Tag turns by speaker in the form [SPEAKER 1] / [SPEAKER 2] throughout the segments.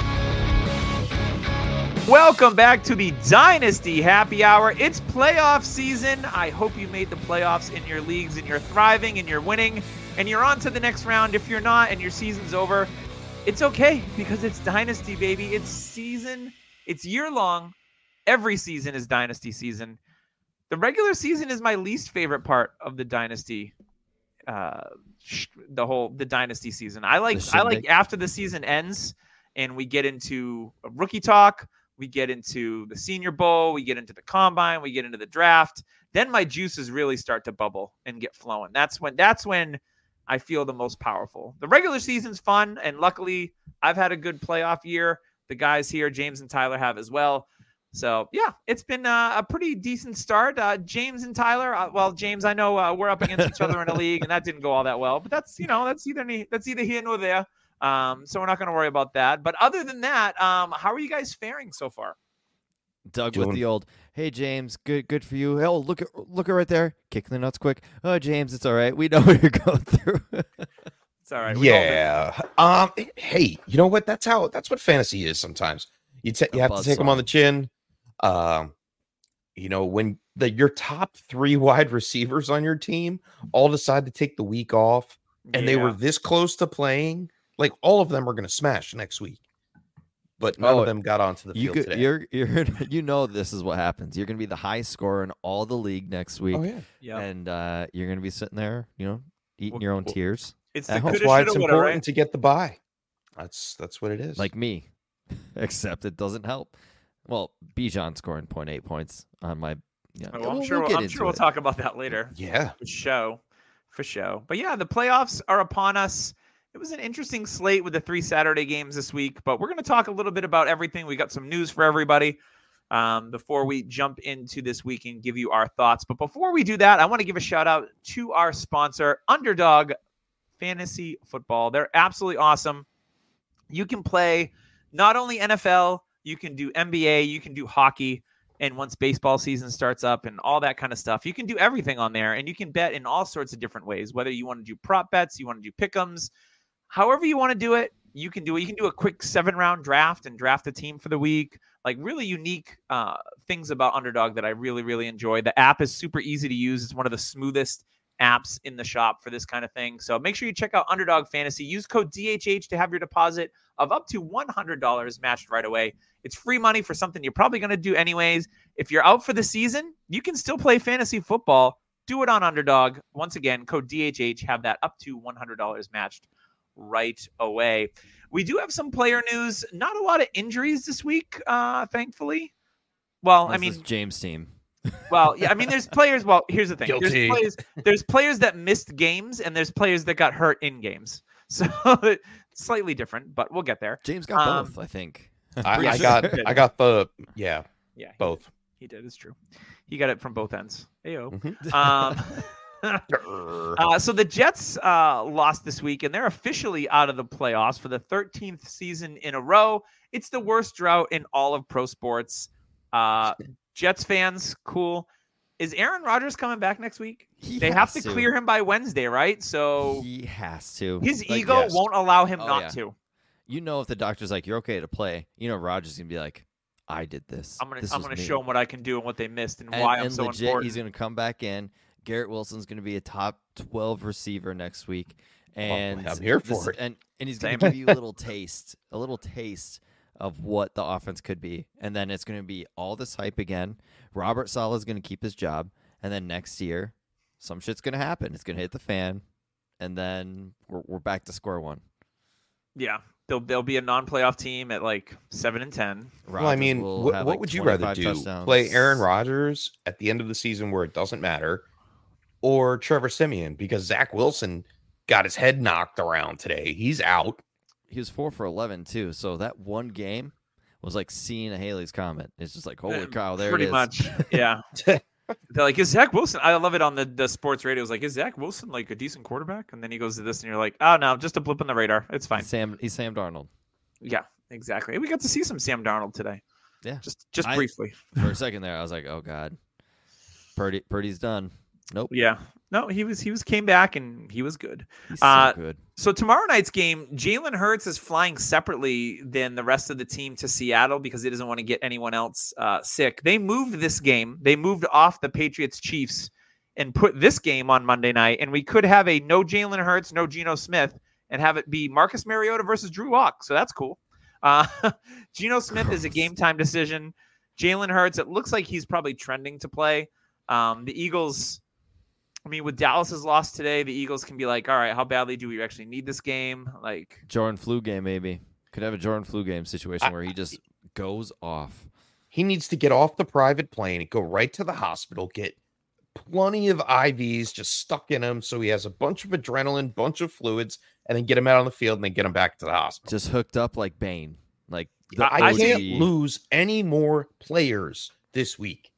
[SPEAKER 1] Welcome back to the Dynasty Happy Hour. It's playoff season. I hope you made the playoffs in your leagues and you're thriving and you're winning and you're on to the next round. If you're not and your season's over, it's okay because it's Dynasty, baby. It's season, it's year long. Every season is Dynasty season. The regular season is my least favorite part of the Dynasty. Uh, sh- the whole the dynasty season. I like
[SPEAKER 2] The
[SPEAKER 1] I like
[SPEAKER 2] shindig.
[SPEAKER 1] after the season ends and we get into rookie talk, we get into the senior bowl, we get into the combine, we get into the draft. Then my juices really start to bubble and get flowing. That's when that's when I feel the most powerful. The regular season's fun, and luckily I've had a good playoff year. The guys here, James and Tyler, have as well. So yeah, it's been uh, a pretty decent start. Uh, James and Tyler. Uh, well, James, I know uh, we're up against each other in a league, and that didn't go all that well. But that's you know that's either ne- that's either here nor there. Um, so we're not going to worry about that. But other than that, um, how are you guys faring so far?
[SPEAKER 2] Doug
[SPEAKER 3] Doing-
[SPEAKER 2] with the old, "Hey James, good good for you." Oh, look at look at right there, kicking the nuts quick. Oh James, it's all right. We know what you're going through.
[SPEAKER 1] It's all right. we all been-
[SPEAKER 3] yeah. Um. it- Hey, you know what? That's how. That's what fantasy is sometimes. You ta-
[SPEAKER 2] A
[SPEAKER 3] you have to take them
[SPEAKER 2] buzzsaw.
[SPEAKER 3] on the chin. Um. You know when the your top three wide receivers on your team all decide to take the week off, and they
[SPEAKER 1] Yeah.
[SPEAKER 3] were this close to playing. Like all of them are going to smash next week, but none
[SPEAKER 2] Oh,
[SPEAKER 3] of them got onto the
[SPEAKER 2] you
[SPEAKER 3] field
[SPEAKER 2] could,
[SPEAKER 3] today.
[SPEAKER 2] you're you're you know this is what happens. You're gonna be the high scorer in all the league next week,
[SPEAKER 3] oh yeah.
[SPEAKER 1] Yep.
[SPEAKER 2] and uh, you're gonna be sitting there, you know, eating
[SPEAKER 1] Well-
[SPEAKER 2] your own
[SPEAKER 1] well-
[SPEAKER 2] tears,
[SPEAKER 1] It's the
[SPEAKER 2] That's
[SPEAKER 1] coulda,
[SPEAKER 3] That's why it's
[SPEAKER 1] shoulda, woulda,
[SPEAKER 3] important
[SPEAKER 1] right?
[SPEAKER 3] to get the buy. That's that's what it is.
[SPEAKER 2] like me. Except it doesn't help. Well, Bijan scoring 0.8 points on my. Yeah,
[SPEAKER 1] Oh,
[SPEAKER 2] yeah,
[SPEAKER 1] I'm
[SPEAKER 2] we'll-
[SPEAKER 1] sure.
[SPEAKER 2] we'll
[SPEAKER 1] We'll
[SPEAKER 2] get
[SPEAKER 1] I'm
[SPEAKER 2] into
[SPEAKER 1] sure we'll
[SPEAKER 2] it.
[SPEAKER 1] talk about that later.
[SPEAKER 3] yeah.
[SPEAKER 1] For show, for show. But yeah, the playoffs are upon us. It was an interesting slate with the three Saturday games this week, but we're going to talk a little bit about everything. We got some news for everybody um, before we jump into this week and give you our thoughts. But before we do that, I want to give a shout out to our sponsor, Underdog Fantasy Football. They're absolutely awesome. You can play not only NFL, you can do NBA, you can do hockey and once baseball season starts up and all that kind of stuff you can do everything on there and you can bet in all sorts of different ways whether you want to do prop bets you want to do pick'ems however you want to do it you can do it you can do a quick seven round draft and draft a team for the week like really unique uh, things about underdog that i really really enjoy the app is super easy to use it's one of the smoothest apps in the shop for this kind of thing so make sure you check out underdog fantasy use code dhh to have your deposit of up to $100 matched right away it's free money for something you're probably going to do anyways if you're out for the season, you can still play fantasy football. Do it on Underdog. Once again, code DHH, have that up to $100 matched right away. We do have some player news. Not a lot of injuries this week, uh, thankfully. Well, I
[SPEAKER 2] This
[SPEAKER 1] mean,
[SPEAKER 2] is James' team.
[SPEAKER 1] well, yeah, I mean, there's players. Well, here's the thing:
[SPEAKER 3] Guilty.
[SPEAKER 1] there's players, there's players that missed games, and there's players that got hurt in games. So slightly different, but we'll get there.
[SPEAKER 2] James got
[SPEAKER 1] Um,
[SPEAKER 2] both, I think.
[SPEAKER 3] I,
[SPEAKER 1] Pretty
[SPEAKER 3] I
[SPEAKER 1] sure.
[SPEAKER 3] got I got the yeah
[SPEAKER 1] Yeah, he,
[SPEAKER 3] both.
[SPEAKER 1] he did. It's true. He got it from both ends. Ayo.
[SPEAKER 2] Mm.
[SPEAKER 3] Mhm.
[SPEAKER 1] Um, Uh, so the Jets uh, lost this week, and they're officially out of the playoffs for the 13th season in a row. It's the worst drought in all of pro sports. Uh, Jets fans, cool. Is Aaron Rodgers coming back next week?
[SPEAKER 2] He
[SPEAKER 1] They have to
[SPEAKER 2] has
[SPEAKER 1] clear him by Wednesday, right? So
[SPEAKER 2] He has to.
[SPEAKER 1] his
[SPEAKER 2] Like,
[SPEAKER 1] ego
[SPEAKER 3] yes.
[SPEAKER 1] won't allow him
[SPEAKER 2] Oh,
[SPEAKER 1] not
[SPEAKER 2] yeah.
[SPEAKER 1] to.
[SPEAKER 2] You know, if the doctor's like, "You're okay to play," you know, Rogers gonna be like, "I did this.
[SPEAKER 1] I'm gonna
[SPEAKER 2] This
[SPEAKER 1] I'm
[SPEAKER 2] was
[SPEAKER 1] gonna
[SPEAKER 2] me."
[SPEAKER 1] show him what I can do and what they missed and,
[SPEAKER 2] And,
[SPEAKER 1] why I'm
[SPEAKER 2] and
[SPEAKER 1] so
[SPEAKER 2] legit,
[SPEAKER 1] important.
[SPEAKER 2] he's gonna come back in. Garrett Wilson's gonna be a top 12 receiver next week, and
[SPEAKER 3] I'm here
[SPEAKER 2] this-
[SPEAKER 3] for it.
[SPEAKER 2] And and he's gonna
[SPEAKER 1] Same.
[SPEAKER 2] give you a little taste, a little taste of what the offense could be, and then it's gonna be all this hype again. Robert Sala's gonna keep his job, and then next year, some shit's gonna happen. It's gonna hit the fan, and then we're we're back to square one.
[SPEAKER 1] yeah, they'll they'll be a non-playoff team at like seven and ten.
[SPEAKER 3] well, I
[SPEAKER 2] Rodgers
[SPEAKER 3] mean,
[SPEAKER 2] will
[SPEAKER 3] what,
[SPEAKER 2] have,
[SPEAKER 3] what
[SPEAKER 2] like,
[SPEAKER 3] would you rather
[SPEAKER 2] 25
[SPEAKER 3] do?
[SPEAKER 2] touchdowns.
[SPEAKER 3] Play Aaron Rodgers at the end of the season where it doesn't matter, or Trevor Simeon because Zach Wilson got his head knocked around today. He's out.
[SPEAKER 2] He was four for eleven too. So that one game was like seeing a Haley's comment. It's just like, holy
[SPEAKER 1] Uh,
[SPEAKER 2] cow, Oh, there
[SPEAKER 1] Pretty
[SPEAKER 2] it is.
[SPEAKER 1] much. Yeah. They're like, is Zach Wilson? I love it on the, the sports radio. It's like, is Zach Wilson like a decent quarterback? And then he goes to this, and you're like, oh no, just a blip on the radar. It's fine.
[SPEAKER 2] He's Sam, he's Sam Darnold.
[SPEAKER 1] Yeah, exactly. We got to see some Sam Darnold today.
[SPEAKER 2] Yeah.
[SPEAKER 1] Just just
[SPEAKER 2] I-
[SPEAKER 1] briefly.
[SPEAKER 2] For a second there, I was like, oh god, Purdy, Purdy's done. Nope,
[SPEAKER 1] Yeah. No, he was he was came back and he was good.
[SPEAKER 2] he's so
[SPEAKER 1] Uh,
[SPEAKER 2] good.
[SPEAKER 1] So tomorrow night's game, Jalen Hurts is flying separately than the rest of the team to Seattle because he doesn't want to get anyone else uh, sick. They moved this game. They moved off the Patriots Chiefs and put this game on Monday night, and we could have a no Jalen Hurts, no Geno Smith, and have it be Marcus Mariota versus Drew Lock. So that's cool. Uh, Geno Smith is a
[SPEAKER 2] Gross.
[SPEAKER 1] game time decision. Jalen Hurts, it looks like he's probably trending to play. Um, the Eagles. I mean, with Dallas's loss today, the Eagles can be like, all right, how badly do we actually need this game? Like,
[SPEAKER 2] Jordan flu game maybe could have a Jordan flu game situation
[SPEAKER 3] I-
[SPEAKER 2] where he just goes off.
[SPEAKER 3] He needs to get off the private plane, go right to the hospital, get plenty of IVs just stuck in him so he has a bunch of adrenaline, bunch of fluids, and then get him out on the field and then get him back to the hospital.
[SPEAKER 2] just hooked up like Bane. Like the
[SPEAKER 3] I
[SPEAKER 2] OG.
[SPEAKER 3] can't lose any more players this week.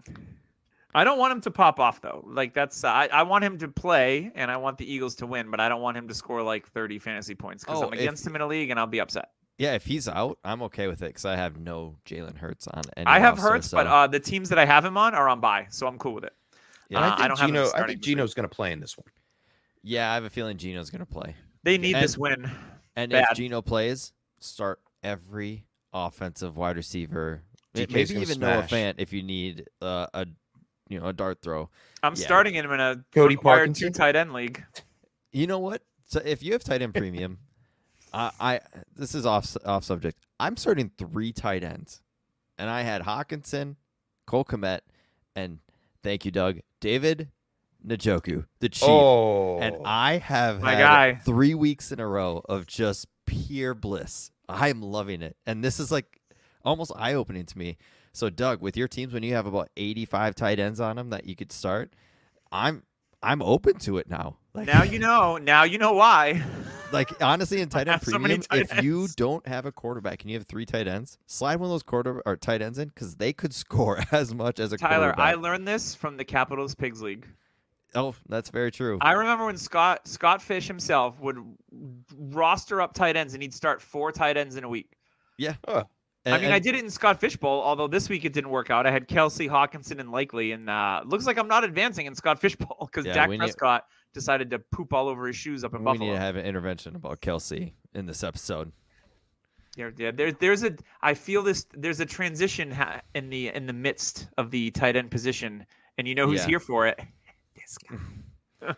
[SPEAKER 1] I don't want him to pop off though. Like that's I, I want him to play and I want the Eagles to win, but I don't want him to score like 30 fantasy points because
[SPEAKER 2] Oh,
[SPEAKER 1] I'm
[SPEAKER 2] if-
[SPEAKER 1] against him in a league and I'll be upset.
[SPEAKER 2] Yeah, if he's out, I'm okay with it because I have no Jalen Hurts on. Any
[SPEAKER 1] I have
[SPEAKER 2] roster,
[SPEAKER 1] Hurts, but
[SPEAKER 2] so-
[SPEAKER 1] uh, the teams that I have him on are on bye, so I'm cool with it.
[SPEAKER 2] Yeah.
[SPEAKER 3] And
[SPEAKER 1] Uh, I
[SPEAKER 3] I
[SPEAKER 1] don't
[SPEAKER 3] think
[SPEAKER 1] have him
[SPEAKER 3] Gino, I
[SPEAKER 1] starting
[SPEAKER 3] think
[SPEAKER 1] this week.
[SPEAKER 3] Gino's going to play in this one.
[SPEAKER 2] yeah, I have a feeling Gino's gonna play.
[SPEAKER 1] They need
[SPEAKER 2] And-
[SPEAKER 1] this win.
[SPEAKER 2] And
[SPEAKER 1] Bad.
[SPEAKER 2] if Gino plays, start every offensive wide receiver. May-
[SPEAKER 3] DK's
[SPEAKER 2] Maybe
[SPEAKER 3] gonna
[SPEAKER 2] even
[SPEAKER 3] smash.
[SPEAKER 2] Noah Fant if you need uh, a you know a dart throw.
[SPEAKER 1] I'm
[SPEAKER 2] Yeah.
[SPEAKER 1] starting him in a
[SPEAKER 3] Cody
[SPEAKER 1] required two
[SPEAKER 3] Parkinson?
[SPEAKER 1] tight end league.
[SPEAKER 2] You know what? So if you have tight end premium, I, I this is off off subject. I'm starting three tight ends, and I had Hawkinson, Cole Komet, and thank you, Doug, David Njoku, the chief.
[SPEAKER 3] Oh,
[SPEAKER 2] And I have
[SPEAKER 1] My
[SPEAKER 2] had
[SPEAKER 1] guy.
[SPEAKER 2] three weeks in a row of just pure bliss. I'm loving it, and this is like almost eye opening to me. So, Doug, with your teams, when you have about 85 tight ends on them that you could start, I'm I'm open to it now. Like,
[SPEAKER 1] Now you know. Now you know why.
[SPEAKER 2] like honestly in tight end
[SPEAKER 1] have so many
[SPEAKER 2] premium,
[SPEAKER 1] tight
[SPEAKER 2] if you
[SPEAKER 1] ends.
[SPEAKER 2] don't have a quarterback and you have three tight ends, slide one of those quarter or tight ends in because they could score as much as a
[SPEAKER 1] Tyler, I
[SPEAKER 2] quarterback.
[SPEAKER 1] learned this from the Capitals Pigs League.
[SPEAKER 2] oh, that's very true.
[SPEAKER 1] I remember when Scott Scott Fish himself would roster up tight ends and he'd start four tight ends in a week.
[SPEAKER 2] And-
[SPEAKER 1] I mean, I
[SPEAKER 2] and
[SPEAKER 1] did it in Scott Fish Bowl, although this week it didn't work out. I had Kelsey, Hawkinson, and Likely, and uh, looks like I'm not advancing in Scott Fish Bowl because
[SPEAKER 2] Yeah,
[SPEAKER 1] Dak
[SPEAKER 2] we need-
[SPEAKER 1] Prescott decided to poop all over his shoes up in
[SPEAKER 2] We
[SPEAKER 1] Buffalo.
[SPEAKER 2] need to have an intervention about Kelsey in this episode.
[SPEAKER 1] Yeah, yeah, there, there's a. I feel this. There's a transition ha- in the in the midst of the tight end position, and you know who's
[SPEAKER 2] Yeah.
[SPEAKER 1] here for it. This guy.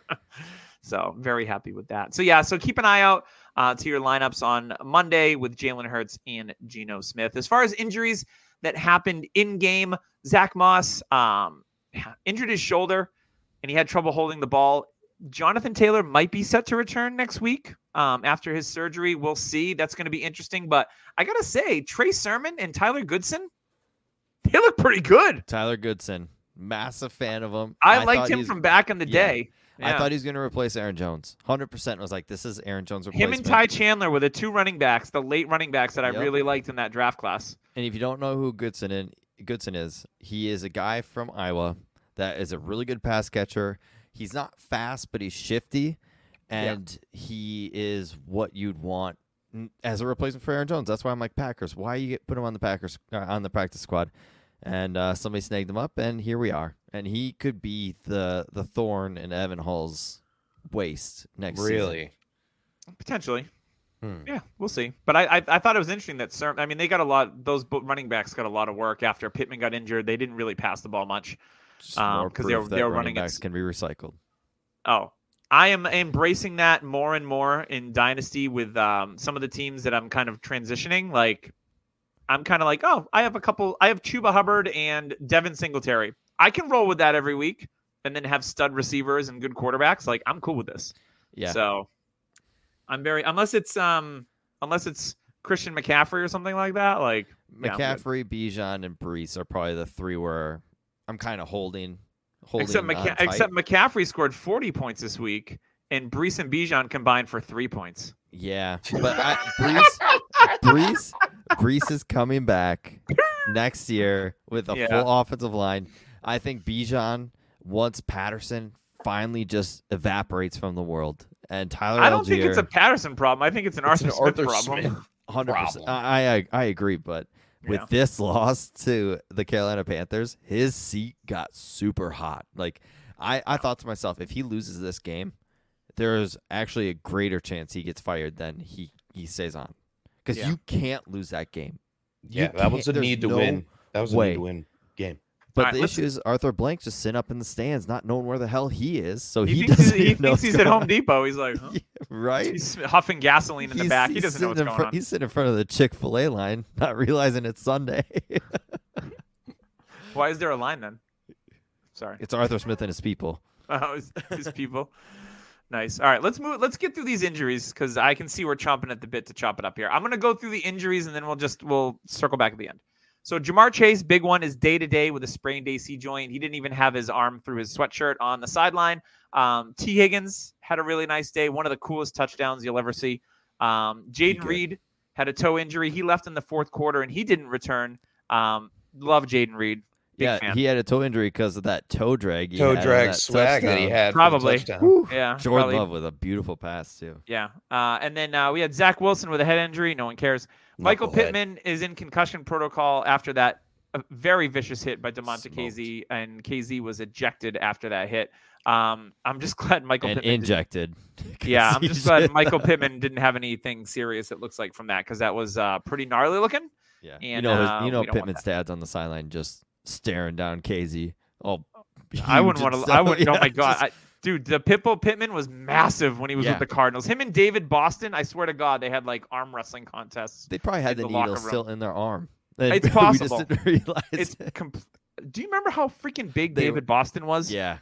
[SPEAKER 1] so very happy with that. So yeah, so keep an eye out uh, to your lineups on Monday with Jalen Hurts and Geno Smith. As far as injuries that happened in game, Zach Moss um, injured his shoulder, and he had trouble holding the ball. Jonathan Taylor might be set to return next week um, after his surgery. We'll see. That's going to be interesting. But I gotta say, Trey Sermon and Tyler Goodson, they look pretty good.
[SPEAKER 2] Tyler Goodson, massive fan of him.
[SPEAKER 1] I,
[SPEAKER 2] thought
[SPEAKER 1] liked him
[SPEAKER 2] he's-
[SPEAKER 1] from back in the
[SPEAKER 2] yeah.
[SPEAKER 1] day. Yeah.
[SPEAKER 2] I thought he was going to replace Aaron Jones. 100% was like, this is Aaron Jones'
[SPEAKER 1] him
[SPEAKER 2] replacement.
[SPEAKER 1] and Ty Chandler were the two running backs, the late running backs that I
[SPEAKER 2] Yep.
[SPEAKER 1] really liked in that draft class.
[SPEAKER 2] And if you don't know who Goodson in, Goodson is, he is a guy from Iowa that is a really good pass catcher. He's not fast, but he's shifty,
[SPEAKER 1] Yeah.
[SPEAKER 2] and he is what you'd want n- as a replacement for Aaron Jones. That's why I'm like Packers. Why you get, put him on the Packers uh, on the practice squad? And uh, somebody snagged him up, and here we are. And he could be the the thorn in Evan Hall's waist next season.
[SPEAKER 3] really?
[SPEAKER 1] Potentially,
[SPEAKER 3] Hmm.
[SPEAKER 1] yeah, we'll see. But I, I, I thought it was interesting that Sermon. I mean, they got a lot. Those bo- running backs got a lot of work after Pittman got injured. They didn't really pass the ball much.
[SPEAKER 2] Just
[SPEAKER 1] Um,
[SPEAKER 2] more
[SPEAKER 1] 'cause they're-
[SPEAKER 2] proof that
[SPEAKER 1] they're
[SPEAKER 2] running,
[SPEAKER 1] running
[SPEAKER 2] backs
[SPEAKER 1] it's-
[SPEAKER 2] can be recycled.
[SPEAKER 1] Oh, I am embracing that more and more in Dynasty with um, some of the teams that I'm kind of transitioning. Like, I'm kind of like, oh, I have a couple. I have Chuba Hubbard and Devin Singletary. I can roll with that every week, and then have stud receivers and good quarterbacks. Like, I'm cool with this.
[SPEAKER 2] Yeah,
[SPEAKER 1] So, I'm very unless it's um unless it's Christian McCaffrey or something like that. Like, Yeah, I'm good.
[SPEAKER 2] McCaffrey, Bijan, and Brees are probably the three where I'm kind of holding, holding.
[SPEAKER 1] except
[SPEAKER 2] on
[SPEAKER 1] McCa-
[SPEAKER 2] tight.
[SPEAKER 1] except McCaffrey scored 40 points this week, and Brees and Bijan combined for three points.
[SPEAKER 2] yeah, but I, Brees, Brees, Greece is coming back next year with a
[SPEAKER 1] Yeah.
[SPEAKER 2] full offensive line. I think Bijan, once Patterson finally just evaporates from the world, and Tyler
[SPEAKER 1] I don't think it's a
[SPEAKER 2] Algier,
[SPEAKER 1] patterson problem i think it's an
[SPEAKER 3] It's
[SPEAKER 1] arthur,
[SPEAKER 3] an
[SPEAKER 1] smith,
[SPEAKER 3] Arthur
[SPEAKER 1] problem
[SPEAKER 3] Smith.
[SPEAKER 2] 100%.
[SPEAKER 3] problem.
[SPEAKER 2] I, I I agree, but with
[SPEAKER 1] Yeah.
[SPEAKER 2] this loss to the Carolina Panthers, his seat got super hot. Like I, I thought to myself, if he loses this game, there's actually a greater chance he gets fired than he he stays on, because
[SPEAKER 1] Yeah.
[SPEAKER 2] you can't lose that game. You
[SPEAKER 3] Yeah, that was a
[SPEAKER 2] can't- there's
[SPEAKER 3] need to
[SPEAKER 2] no
[SPEAKER 3] win. That was a
[SPEAKER 2] way.
[SPEAKER 3] need to win game.
[SPEAKER 2] But
[SPEAKER 1] Alright,
[SPEAKER 2] the
[SPEAKER 1] let's-
[SPEAKER 2] issue is Arthur Blank just sitting up in the stands, not knowing where the hell he is. So
[SPEAKER 1] he,
[SPEAKER 2] he,
[SPEAKER 1] thinks he's,
[SPEAKER 2] doesn't
[SPEAKER 1] he
[SPEAKER 2] even know
[SPEAKER 1] thinks
[SPEAKER 2] what's
[SPEAKER 1] he's at
[SPEAKER 2] going
[SPEAKER 1] home
[SPEAKER 2] on.
[SPEAKER 1] depot he's like huh?
[SPEAKER 2] right?
[SPEAKER 1] he's huffing gasoline in the
[SPEAKER 2] He's-
[SPEAKER 1] back he
[SPEAKER 2] he's
[SPEAKER 1] doesn't know what's
[SPEAKER 2] sitting in
[SPEAKER 1] going
[SPEAKER 2] front-
[SPEAKER 1] on
[SPEAKER 2] He's sitting in front of the Chick Fil A line, not realizing it's Sunday.
[SPEAKER 1] why is there a line then sorry
[SPEAKER 2] it's Arthur Smith and his people.
[SPEAKER 1] Oh, his, his people. Nice. All right, let's move. Let's get through these injuries because I can see we're chomping at the bit to chop it up here. I'm gonna go through the injuries and then we'll just we'll circle back at the end. So Jamar Chase, big one is day to day with a sprained AC joint. He didn't even have his arm through his sweatshirt on the sideline. Um, T. Higgins had a really nice day, one of the coolest touchdowns you'll ever see. Um, Jaden
[SPEAKER 2] good.
[SPEAKER 1] Reed had a toe injury. He left in the fourth quarter and he didn't return. Um, love Jaden Reed. Big
[SPEAKER 2] yeah,
[SPEAKER 1] fan.
[SPEAKER 2] he had a toe injury because of that toe drag. he
[SPEAKER 3] Toe
[SPEAKER 2] had on
[SPEAKER 3] drag
[SPEAKER 2] that
[SPEAKER 3] swag that he
[SPEAKER 2] touchdown.
[SPEAKER 3] had. for the
[SPEAKER 1] Probably.
[SPEAKER 3] touchdown.
[SPEAKER 2] Whew.
[SPEAKER 1] yeah,
[SPEAKER 2] Jordan
[SPEAKER 1] probably-
[SPEAKER 2] Love with a beautiful pass too.
[SPEAKER 1] Yeah. Uh, and then uh, we had Zach Wilson with a head injury. No one cares. Michael
[SPEAKER 3] Knucklehead.
[SPEAKER 1] Pittman is in concussion protocol after that a very vicious hit by DeMonte
[SPEAKER 2] Smoked.
[SPEAKER 1] KZ, and KZ was ejected after that hit. Um, I'm just glad Michael
[SPEAKER 2] and
[SPEAKER 1] Pittman. didn't-
[SPEAKER 2] injected. 'Cause
[SPEAKER 1] yeah, I'm
[SPEAKER 2] he
[SPEAKER 1] just glad
[SPEAKER 2] should-
[SPEAKER 1] Michael Pittman didn't have anything serious. It looks like from that because that was uh, pretty gnarly looking.
[SPEAKER 2] Yeah, you
[SPEAKER 1] and,
[SPEAKER 2] know, his-
[SPEAKER 1] uh,
[SPEAKER 2] you know,
[SPEAKER 1] we don't want
[SPEAKER 2] Pittman's dad's on the sideline just staring down KZ. Oh,
[SPEAKER 1] I wouldn't want to. I wouldn't. oh my god,
[SPEAKER 2] Just,
[SPEAKER 1] I, dude, the Pitbull Pittman was massive when he was
[SPEAKER 2] Yeah.
[SPEAKER 1] with the Cardinals. Him and David Boston. I swear to God, they had like arm wrestling contests.
[SPEAKER 2] they probably had
[SPEAKER 1] in
[SPEAKER 2] the,
[SPEAKER 1] the locker
[SPEAKER 2] needle
[SPEAKER 1] room.
[SPEAKER 2] still in their arm. And
[SPEAKER 1] It's
[SPEAKER 2] we just
[SPEAKER 1] possible.
[SPEAKER 2] didn't realize
[SPEAKER 1] It's
[SPEAKER 2] it.
[SPEAKER 1] compl- Do you remember how freaking big
[SPEAKER 2] They were-
[SPEAKER 1] David Boston was?
[SPEAKER 2] Yeah,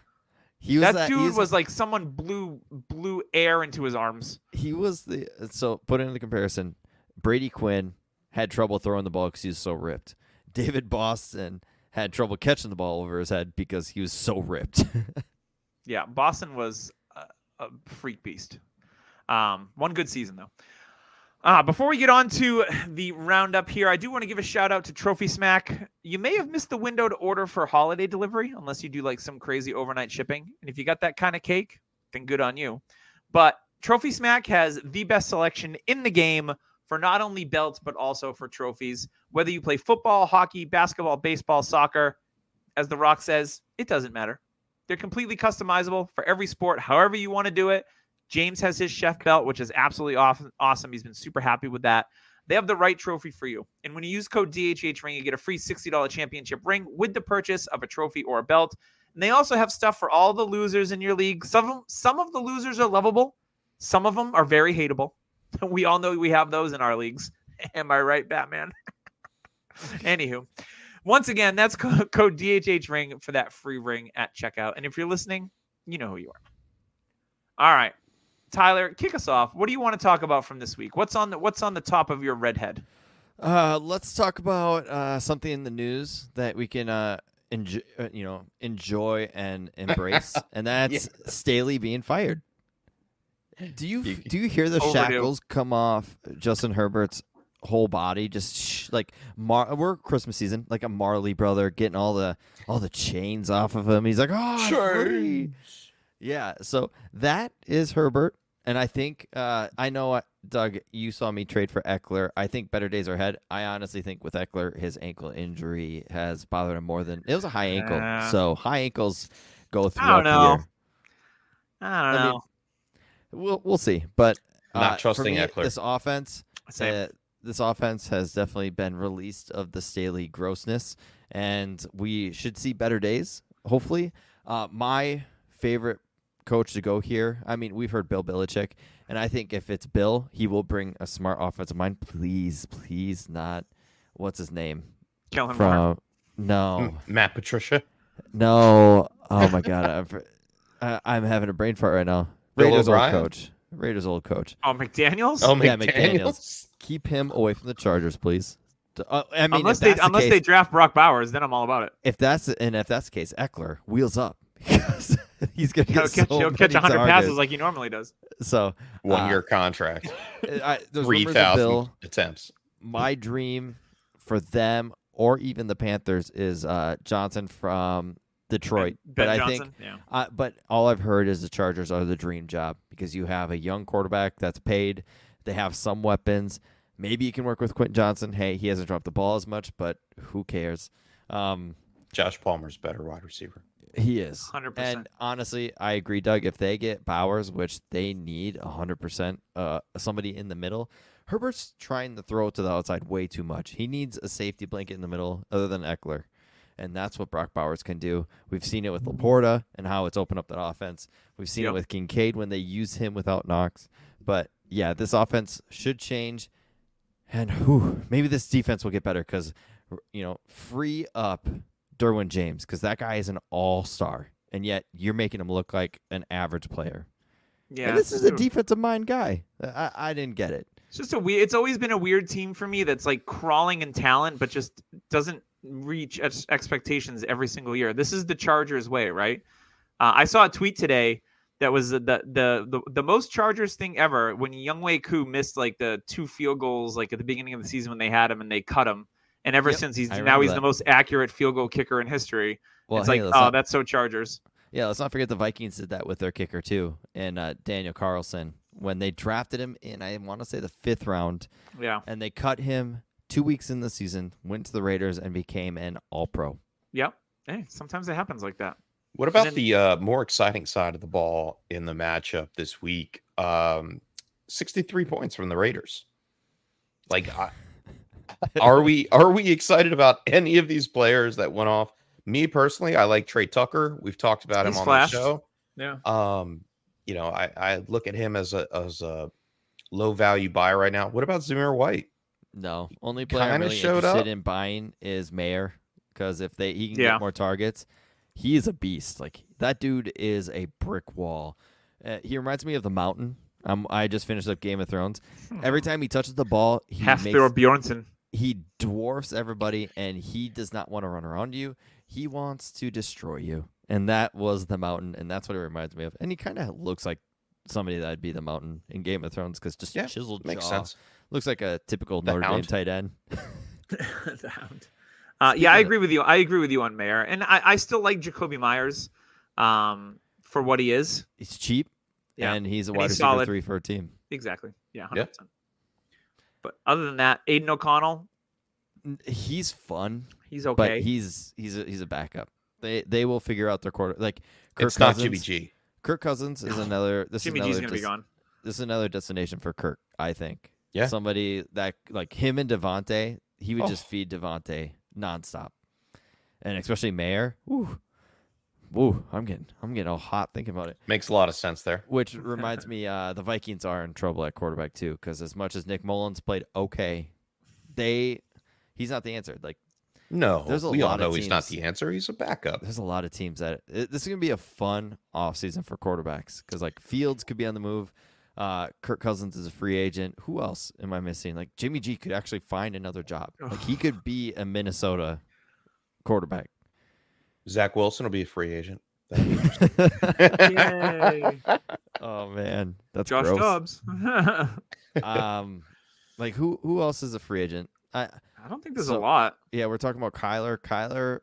[SPEAKER 2] he was
[SPEAKER 1] that,
[SPEAKER 2] that- he
[SPEAKER 1] dude was like someone blew blew air into his arms.
[SPEAKER 2] he was the so put into comparison. Brady Quinn had trouble throwing the ball because he was so ripped. David Boston had trouble catching the ball over his head because he was so ripped.
[SPEAKER 1] Yeah, Boston was a, a freak beast. Um, one good season though. Uh, before we get on to the roundup here, I do want to give a shout out to Trophy Smack. You may have missed the window to order for holiday delivery unless you do like some crazy overnight shipping. And if you got that kind of cake, then good on you. But Trophy Smack has the best selection in the game for not only belts, but also for trophies. Whether you play football, hockey, basketball, baseball, soccer, as The Rock says, it doesn't matter. They're completely customizable for every sport, however you want to do it. James has his chef belt, which is absolutely awesome. awesome. He's been super happy with that. They have the right trophy for you. And when you use code DHH ring, you get a free $60 championship ring with the purchase of a trophy or a belt. And they also have stuff for all the losers in your league. Some of, some of the losers are lovable, some of them are very hateable. We all know we have those in our leagues. Am I right, Batman? Anywho, once again, that's co- code DHH ring for that free ring at checkout. And if you're listening, you know who you are. All right, Tyler, kick us off. What do you want to talk about from this week? What's on the What's on the top of your redhead?
[SPEAKER 2] Uh, let's talk about uh, something in the news that we can uh, enjoy, you know, enjoy and embrace, and that's Staley being fired. Do you
[SPEAKER 3] You-
[SPEAKER 2] do you hear the
[SPEAKER 1] Overdue.
[SPEAKER 2] shackles come off Justin Herbert's whole body? Just sh- like Mar- we're Christmas season, like a Marley brother getting all the all the chains off of him. He's like, oh, I'm
[SPEAKER 3] Mm,
[SPEAKER 2] free." Yeah, so that is Herbert, and I think uh, I know uh, Doug. You saw me trade for Eckler. I think better days are ahead. I honestly think with Eckler, his ankle injury has bothered him more than it was a high ankle.
[SPEAKER 1] Yeah.
[SPEAKER 2] so high ankles go throughout
[SPEAKER 1] know.
[SPEAKER 2] the year.
[SPEAKER 1] I don't
[SPEAKER 2] I mean,
[SPEAKER 1] know.
[SPEAKER 2] We'll we'll see, but
[SPEAKER 3] Not
[SPEAKER 2] uh, for
[SPEAKER 3] trusting
[SPEAKER 2] me,
[SPEAKER 3] Eckler.
[SPEAKER 2] This offense,
[SPEAKER 1] Same.
[SPEAKER 2] uh, this offense has definitely been released of the Staley grossness, and we should see better days, hopefully. Uh, my favorite coach to go here, I mean, we've heard Bill Belichick, and I think if it's Bill, he will bring a smart offensive mind. Please, please not. What's his name?
[SPEAKER 1] Kellen Moore.
[SPEAKER 2] From no,
[SPEAKER 3] M- Matt Patricia.
[SPEAKER 2] no. Oh my God, I'm, fr- I, I'm having a brain fart right now.
[SPEAKER 3] Bill
[SPEAKER 2] Raiders old
[SPEAKER 3] O'Brien?
[SPEAKER 2] coach. Raiders old coach.
[SPEAKER 1] Oh, McDaniel's.
[SPEAKER 3] Oh,
[SPEAKER 2] Yeah,
[SPEAKER 3] McDaniels.
[SPEAKER 2] McDaniels. keep him away from the Chargers, please. D- Uh, I mean,
[SPEAKER 1] unless
[SPEAKER 2] if
[SPEAKER 1] they
[SPEAKER 2] that's the
[SPEAKER 1] unless they
[SPEAKER 2] case-
[SPEAKER 1] draft Brock Bowers, then I'm all about it.
[SPEAKER 2] if that's and if that's the case, Eckler wheels up because he's gonna
[SPEAKER 1] He'll
[SPEAKER 2] get
[SPEAKER 1] catch,
[SPEAKER 2] so
[SPEAKER 1] he'll catch
[SPEAKER 2] many
[SPEAKER 1] 100
[SPEAKER 2] targets.
[SPEAKER 1] passes like he normally does.
[SPEAKER 2] so.
[SPEAKER 3] One
[SPEAKER 2] Uh,
[SPEAKER 3] year contract.
[SPEAKER 2] uh, I, there's
[SPEAKER 3] Three
[SPEAKER 2] rumors of
[SPEAKER 3] thousand
[SPEAKER 2] Bill
[SPEAKER 3] attempts.
[SPEAKER 2] my dream for them or even the Panthers is uh, Johnson from Detroit.
[SPEAKER 1] Ben
[SPEAKER 2] but I
[SPEAKER 1] Johnson.
[SPEAKER 2] think,
[SPEAKER 1] yeah.
[SPEAKER 2] uh, but all I've heard is the Chargers are the dream job because you have a young quarterback that's paid. They have some weapons. Maybe you can work with Quentin Johnson. Hey, he hasn't dropped the ball as much, but who cares? Um,
[SPEAKER 3] Josh Palmer's better wide receiver.
[SPEAKER 2] he is.
[SPEAKER 1] 100%.
[SPEAKER 2] And honestly, I agree, Doug. If they get Bowers, which they need 100%, uh, somebody in the middle, Herbert's trying to throw to the outside way too much. He needs a safety blanket in the middle other than Eckler. And that's what Brock Bowers can do. We've seen it with Laporta and how it's opened up that offense. We've seen
[SPEAKER 1] Yep.
[SPEAKER 2] it with Kincaid when they use him without Knox. But yeah, this offense should change. And whew, maybe this defense will get better because, you know, free up Derwin James because that guy is an all star, and yet you're making him look like an average player.
[SPEAKER 1] yeah.
[SPEAKER 2] and this
[SPEAKER 1] it's
[SPEAKER 2] is a
[SPEAKER 1] just
[SPEAKER 2] defensive mind guy. I, I didn't get it.
[SPEAKER 1] It's just a weird. It's always been a weird team for me that's like crawling in talent, but just doesn't reach ex- expectations every single year. This is the Chargers way, right? Uh, I saw a tweet today that was the the the, the, the most Chargers thing ever when Youngway Koo missed like the two field goals like at the beginning of the season when they had him and they cut him. And ever
[SPEAKER 2] Yep,
[SPEAKER 1] since he's
[SPEAKER 2] I
[SPEAKER 1] now
[SPEAKER 2] remember
[SPEAKER 1] he's
[SPEAKER 2] that.
[SPEAKER 1] the most accurate field goal kicker in history.
[SPEAKER 2] Well,
[SPEAKER 1] it's
[SPEAKER 2] hey,
[SPEAKER 1] like,
[SPEAKER 2] let's
[SPEAKER 1] oh,
[SPEAKER 2] not,
[SPEAKER 1] that's so Chargers.
[SPEAKER 2] yeah, let's not forget the Vikings did that with their kicker too, and uh, Daniel Carlson when they drafted him in. I want to say the fifth round,
[SPEAKER 1] Yeah.
[SPEAKER 2] and they cut him two weeks in the season, went to the Raiders, and became an All Pro.
[SPEAKER 1] Yep. Hey, sometimes it happens like that.
[SPEAKER 3] What about
[SPEAKER 1] then-
[SPEAKER 3] the uh, more exciting side of the ball in the matchup this week? Um, 63 points from the Raiders. Like, I, are we are we excited about any of these players that went off? Me personally, I like Trey Tucker. We've talked about
[SPEAKER 1] He's
[SPEAKER 3] him on
[SPEAKER 1] flashed.
[SPEAKER 3] the show.
[SPEAKER 1] Yeah.
[SPEAKER 3] Um, you know, I, I look at him as a as a low value buy right now. What about Zamir White?
[SPEAKER 2] No, only player I'm
[SPEAKER 3] kinda
[SPEAKER 2] really
[SPEAKER 3] showed
[SPEAKER 2] interested
[SPEAKER 3] up.
[SPEAKER 2] in buying is Mayer because if they he can
[SPEAKER 1] Yeah.
[SPEAKER 2] get more targets, he is a beast. Like that dude is a brick wall. Uh, he reminds me of the Mountain. Um, I just finished up Game of Thrones. Every time he touches the ball, he
[SPEAKER 1] Half
[SPEAKER 2] makes,
[SPEAKER 1] Hmm. throw Bjornson.
[SPEAKER 2] he dwarfs everybody, and he does not want to run around you. He wants to destroy you, and that was the Mountain, and that's what it reminds me of. And he kind of looks like somebody that'd be the Mountain in Game of Thrones because just
[SPEAKER 3] Yeah,
[SPEAKER 2] chiseled
[SPEAKER 3] Makes
[SPEAKER 2] jaw.
[SPEAKER 3] sense.
[SPEAKER 2] Looks like a typical
[SPEAKER 3] The
[SPEAKER 2] Notre Dame
[SPEAKER 3] Hound.
[SPEAKER 2] tight end.
[SPEAKER 1] the hound. Uh, yeah, I
[SPEAKER 2] Speaking of-
[SPEAKER 1] agree with you. I agree with you on Mayer, and I, I still like Jacoby Myers um, for what he is.
[SPEAKER 2] He's cheap,
[SPEAKER 1] Yeah,
[SPEAKER 2] and he's a
[SPEAKER 1] and
[SPEAKER 2] wide
[SPEAKER 1] he's
[SPEAKER 2] receiver
[SPEAKER 1] solid.
[SPEAKER 2] three for a team.
[SPEAKER 1] Exactly. Yeah, hundred
[SPEAKER 3] Yeah.
[SPEAKER 1] percent. But other than that, Aiden O'Connell,
[SPEAKER 2] N- He's fun,
[SPEAKER 1] he's
[SPEAKER 2] but
[SPEAKER 1] okay.
[SPEAKER 2] he's he's a, he's a backup. They they will figure out their quarter. Like Kirk
[SPEAKER 3] It's not
[SPEAKER 2] Cousins,
[SPEAKER 3] Jimmy G.
[SPEAKER 2] Kirk Cousins is
[SPEAKER 1] No.
[SPEAKER 2] another. This
[SPEAKER 1] Jimmy
[SPEAKER 2] is
[SPEAKER 1] G's
[SPEAKER 2] another
[SPEAKER 1] gonna be
[SPEAKER 2] des-
[SPEAKER 1] gone.
[SPEAKER 2] This is another destination for Kirk. I think.
[SPEAKER 3] Yeah.
[SPEAKER 2] Somebody that like him and Devonte, he would just
[SPEAKER 3] Oh.
[SPEAKER 2] feed Devonte nonstop, and especially Mayer. Woo, woo! I'm getting I'm getting all hot thinking about it.
[SPEAKER 3] Makes a lot of sense there.
[SPEAKER 2] Which reminds me, uh, the Vikings are in trouble at quarterback too, because as much as Nick Mullins played okay, they he's not the answer. Like
[SPEAKER 3] No,
[SPEAKER 2] There's a
[SPEAKER 3] we all
[SPEAKER 2] lot of
[SPEAKER 3] know he's not
[SPEAKER 2] teams-
[SPEAKER 3] the answer. He's a backup.
[SPEAKER 2] there's a lot of teams that it, this is gonna be a fun offseason for quarterbacks because like Fields could be on the move. Uh, Kirk Cousins is a free agent. Who else am I missing? Like Jimmy G could actually find another job. Like he could be a Minnesota quarterback.
[SPEAKER 3] Zach Wilson will be a free agent. That'd be
[SPEAKER 1] Yay.
[SPEAKER 2] oh man, that's
[SPEAKER 1] Josh
[SPEAKER 2] gross.
[SPEAKER 1] Dobbs. I
[SPEAKER 2] Um, like who who else is a free agent? I
[SPEAKER 1] don't think there's a
[SPEAKER 2] So-
[SPEAKER 1] lot.
[SPEAKER 2] yeah, we're talking about Kyler. Kyler,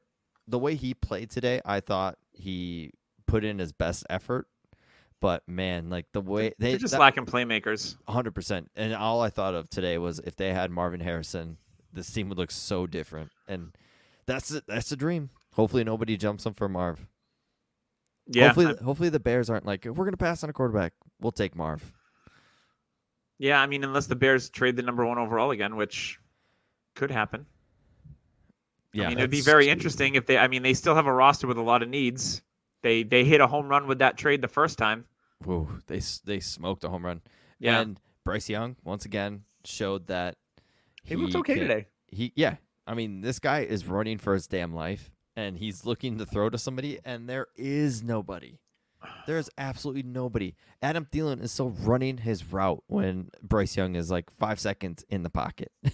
[SPEAKER 2] the way he played today, I thought he put in his best effort. But man, like the way they
[SPEAKER 1] They're just
[SPEAKER 2] that-
[SPEAKER 1] lacking playmakers.
[SPEAKER 2] 100%. And all I thought of today was if they had Marvin Harrison, this team would look so different. And that's the- that's the dream. Hopefully nobody jumps him for Marv.
[SPEAKER 1] Yeah,
[SPEAKER 2] Hopefully
[SPEAKER 1] I-
[SPEAKER 2] hopefully the Bears aren't like we're going to pass on a quarterback. We'll take Marv.
[SPEAKER 1] yeah. I mean, unless the Bears trade the number one overall again, which could happen. I mean, it'd be
[SPEAKER 2] that's-
[SPEAKER 1] very interesting if they. I mean, they still have a roster with a lot of needs. They they hit a home run with that trade the first time.
[SPEAKER 2] Whoa, they s- they smoked a home run.
[SPEAKER 1] Yeah.
[SPEAKER 2] And Bryce Young once again showed that
[SPEAKER 1] He looked okay
[SPEAKER 2] can-
[SPEAKER 1] today.
[SPEAKER 2] He yeah. I mean, this guy is running for his damn life and he's looking to throw to somebody and there is nobody. There is absolutely nobody. Adam Thielen is still running his route when Bryce Young is like five seconds in the pocket.